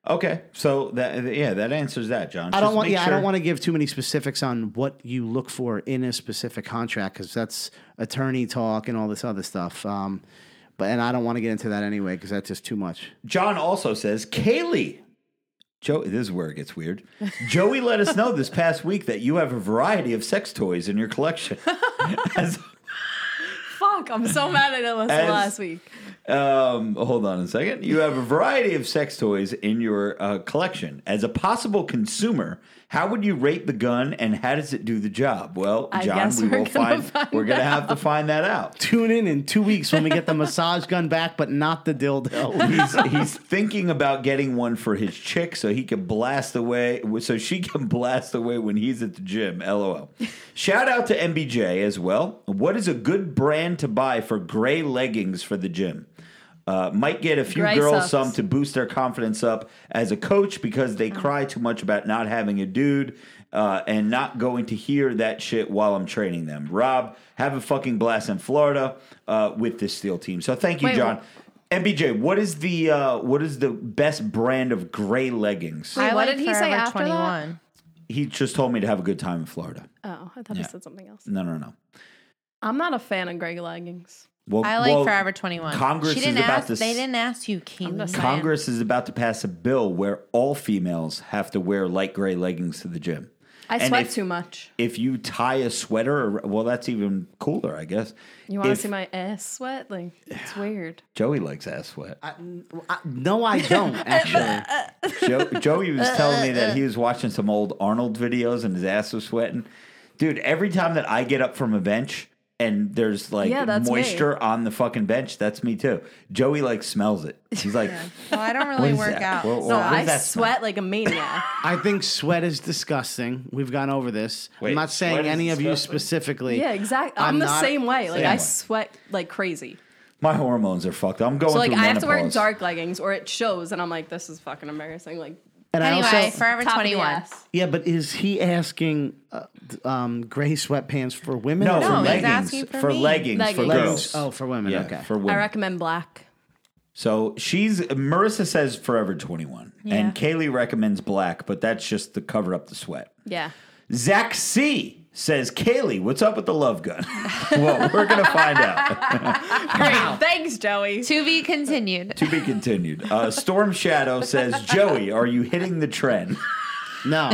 Okay, so that yeah, that answers that, John. I don't Just want make yeah, I sure- don't want to give too many specifics on what you look for in a specific contract because that's attorney talk and all this other stuff. Um, but and I don't want to get into that anyway because that's just too much. John also says Kaylee. Joey, this is where it gets weird. Joey let us know this past week that you have a variety of sex toys in your collection. As- Fuck, I'm so mad I didn't listen As- last week. um, hold on a second. You have a variety of sex toys in your uh, collection. As a possible consumer, how would you rate the gun, and how does it do the job? Well, I John, guess we we're will gonna find, find We're gonna have to find that out. Tune in in two weeks when we get the massage gun back, but not the dildo. he's, he's thinking about getting one for his chick so he can blast away so she can blast away when he's at the gym lol shout out to mbj as well what is a good brand to buy for gray leggings for the gym uh, might get a few Gray girls socks. some to boost their confidence up as a coach because Mm. they cry too much about not having a dude uh, and not going to hear that shit while I'm training them. Rob, have a fucking blast in Florida uh, with this steel team. So thank you, Wait, John. MBJ, what is the uh, what is the best brand of gray leggings? Wait, I what like did he say Forever after that? 21. He just told me to have a good time in Florida. Oh, I thought Yeah. he said something else. No, no, no. I'm not a fan of gray leggings. Well, I like well, Forever 21. Congress she didn't is about ask, to s- They didn't ask you, Keely. just saying. Congress is about to pass a bill where all females have to wear light gray leggings to the gym. I And sweat if- too much. If you tie a sweater, ar- well, that's even cooler, I guess. You want to If- see my ass sweat? Like, it's weird. Joey likes ass sweat. I- no, I don't actually. Jo- Joey was Uh, telling me that he was watching some old Arnold videos and his ass was sweating. Dude, every time that I get up from a bench and there's like Yeah, that's me. moisture on the fucking bench, that's me too. Joey like smells it. He's like, Well, I don't What really is work that? out. Well, so well, what I does that smell? sweat like a maniac. I think sweat is disgusting. We've gone over this. Wait, I'm not saying sweat is any of you disgusting? specifically. yeah, exactly. I'm, I'm the not- same way. Like, Same I way. sweat like crazy. my hormones are fucked. I'm going So, like, through I have to wear menopause. dark leggings or it shows, and I'm like, this is fucking embarrassing. Like, And I Anyway, also Forever top of the 21. ass. yeah, but is he asking uh, um, gray sweatpants for women? No, or for No, he's leggings. asking For, for me. leggings, for Leggings. girls. Oh, for women. yeah, okay. For women. I recommend black. So she's Marissa says Forever 21, and Kaylee recommends black, but that's just to cover up the sweat. Yeah. Zach C says Kaylee, what's up with the love gun? well, we're gonna find out. Great. Thanks, Joey. To be continued. to be continued. Uh, Storm Shadow says Joey, are you hitting the trend? No,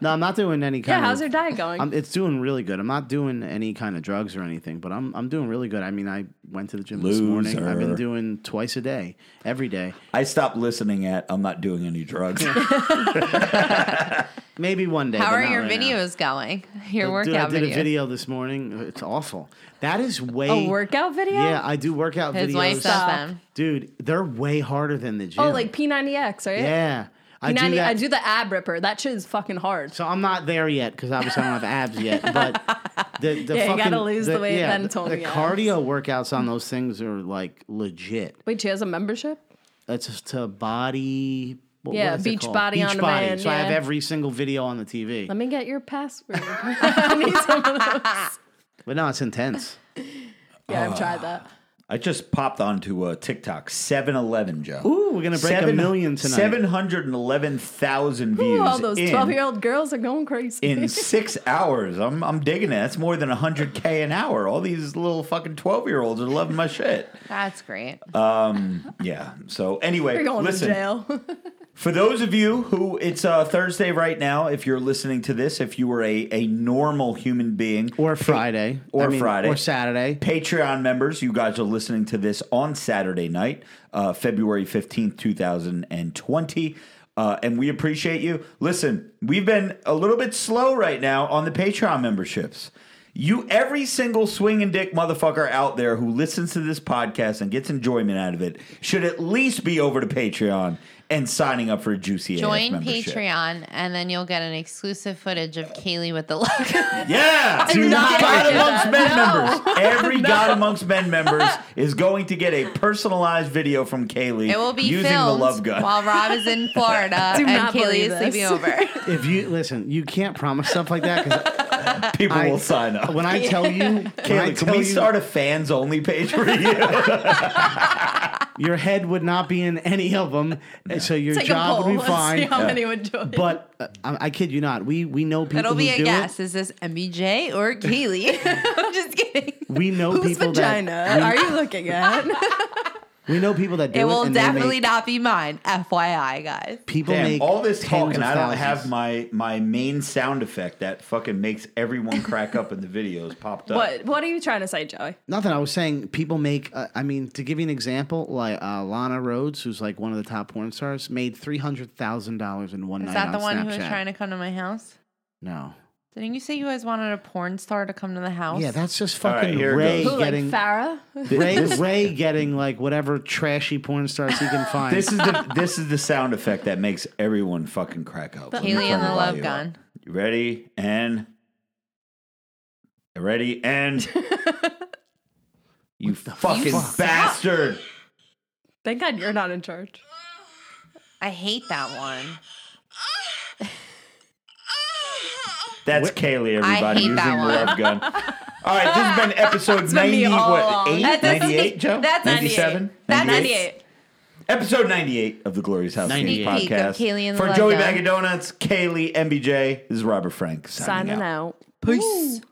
no, I'm not doing any kind Yeah, of. how's her diet going? I'm, it's doing really good. I'm not doing any kind of drugs or anything, but I'm I'm doing really good. I mean, I went to the gym this morning. I've Loser. been doing twice a day, every day. I stopped listening at I'm not doing any drugs. Maybe one day. How but are not your right now. videos going? Your Dude, I workout did videos. a video this morning. It's awful. That is way a workout video? Yeah, I do workout His videos. wife does them. Dude, they're way harder than the gym. Oh, like P90X, right? yeah, I P90, do that. I do the ab ripper. That shit is fucking hard. So I'm not there yet because obviously I don't have abs yet. But the, the Yeah, you fucking, gotta lose the weight, then the- tone the the abs. cardio workouts on those things are like legit. Wait, she has a membership? That's just to body. What, Yeah, what is it Beach called? Body beach on body. Demand, So I have yeah. every single video on the TV. Let me get your password. I need some of those. But no, it's intense. Yeah, Oh, I've tried that. I just popped onto uh, TikTok. 7-Eleven, Joe. Ooh, we're gonna break a million tonight. Seven hundred and eleven thousand views. Ooh, all those in- 12 year old girls are going crazy. in six hours. I'm I'm digging it. That's more than hundred k an hour. All these little fucking twelve year olds are loving my shit. That's great. Uh, Yeah. So anyway, You're going listen. to jail. For those of you who it's uh, Thursday right now, if you're listening to this, if you were a a normal human being or Friday, or I mean, Friday. or Saturday. Patreon members, you guys are listening to this on Saturday night, uh, February 15th, 2020. Uh, and we appreciate you. Listen, we've been a little bit slow right now on the Patreon memberships. You, every single swing and dick motherfucker out there who listens to this podcast and gets enjoyment out of it, should at least be over to Patreon and signing up for a juicy AF Join membership. Patreon and then you'll get an exclusive footage of Kaylee with the look. Yeah, two not God gonna do Amongst Men that. members. Every God Amongst Men members is going to get a personalized video from Kaylee It will be using filmed the love gun. while Rob is in Florida Do and not Kaylee believe is sleeping this. over. If you listen, you can't promise stuff like that because People I- will sign up. when I tell you, when I Kaylee, can tell we you, start a fans only page for you? your head would not be in any of them, and so your Take a job poll. would be Let's see fine. how many would join. But uh, I, I kid you not, we we know people It'll who be a do guess. Is this MBJ or Kaylee? I'm just kidding. it. We know Whose people vagina that are you looking at? we, we know people that do it. It will and they make- definitely not be mine. FYI, guys. people Damn, make all this tens talk and of I don't thousands. have my my main sound effect that fucking makes everyone crack up in the videos popped up. what What are you trying to say, Joey? Nothing. I was saying people make. Uh, I mean, to give you an example, like uh, Lana Rhodes, who's like one of the top porn stars, made three hundred thousand dollars in one Is night. that the on one Snapchat. who was trying to come to my house? No. Didn't you say you guys wanted a porn star to come to the house? Yeah, that's just All right, fucking here it Ray goes. Who, getting like Farah? Ray, Ray getting like whatever trashy porn stars he can find. This is the this is the sound effect that makes everyone fucking crack up. Let me Kaylee turn and the love volume up. gun. You ready and ready and you fucking fuck? bastard. Thank God you're not in charge. I hate that one. That's Kaylee, I everybody, hate using the that one. love gun. All right, this has been episode been me 90, what, all along. 8, That doesn't- 98, Joe? that's 97? That's 98. Episode 98 of the Glorious House Games 98. Sneak peek podcast. of Kaylee and the For Love Joey Gun. Bag of Donuts, Kaylee, MBJ, this is Robert Frank signing, Signing out. out. Peace.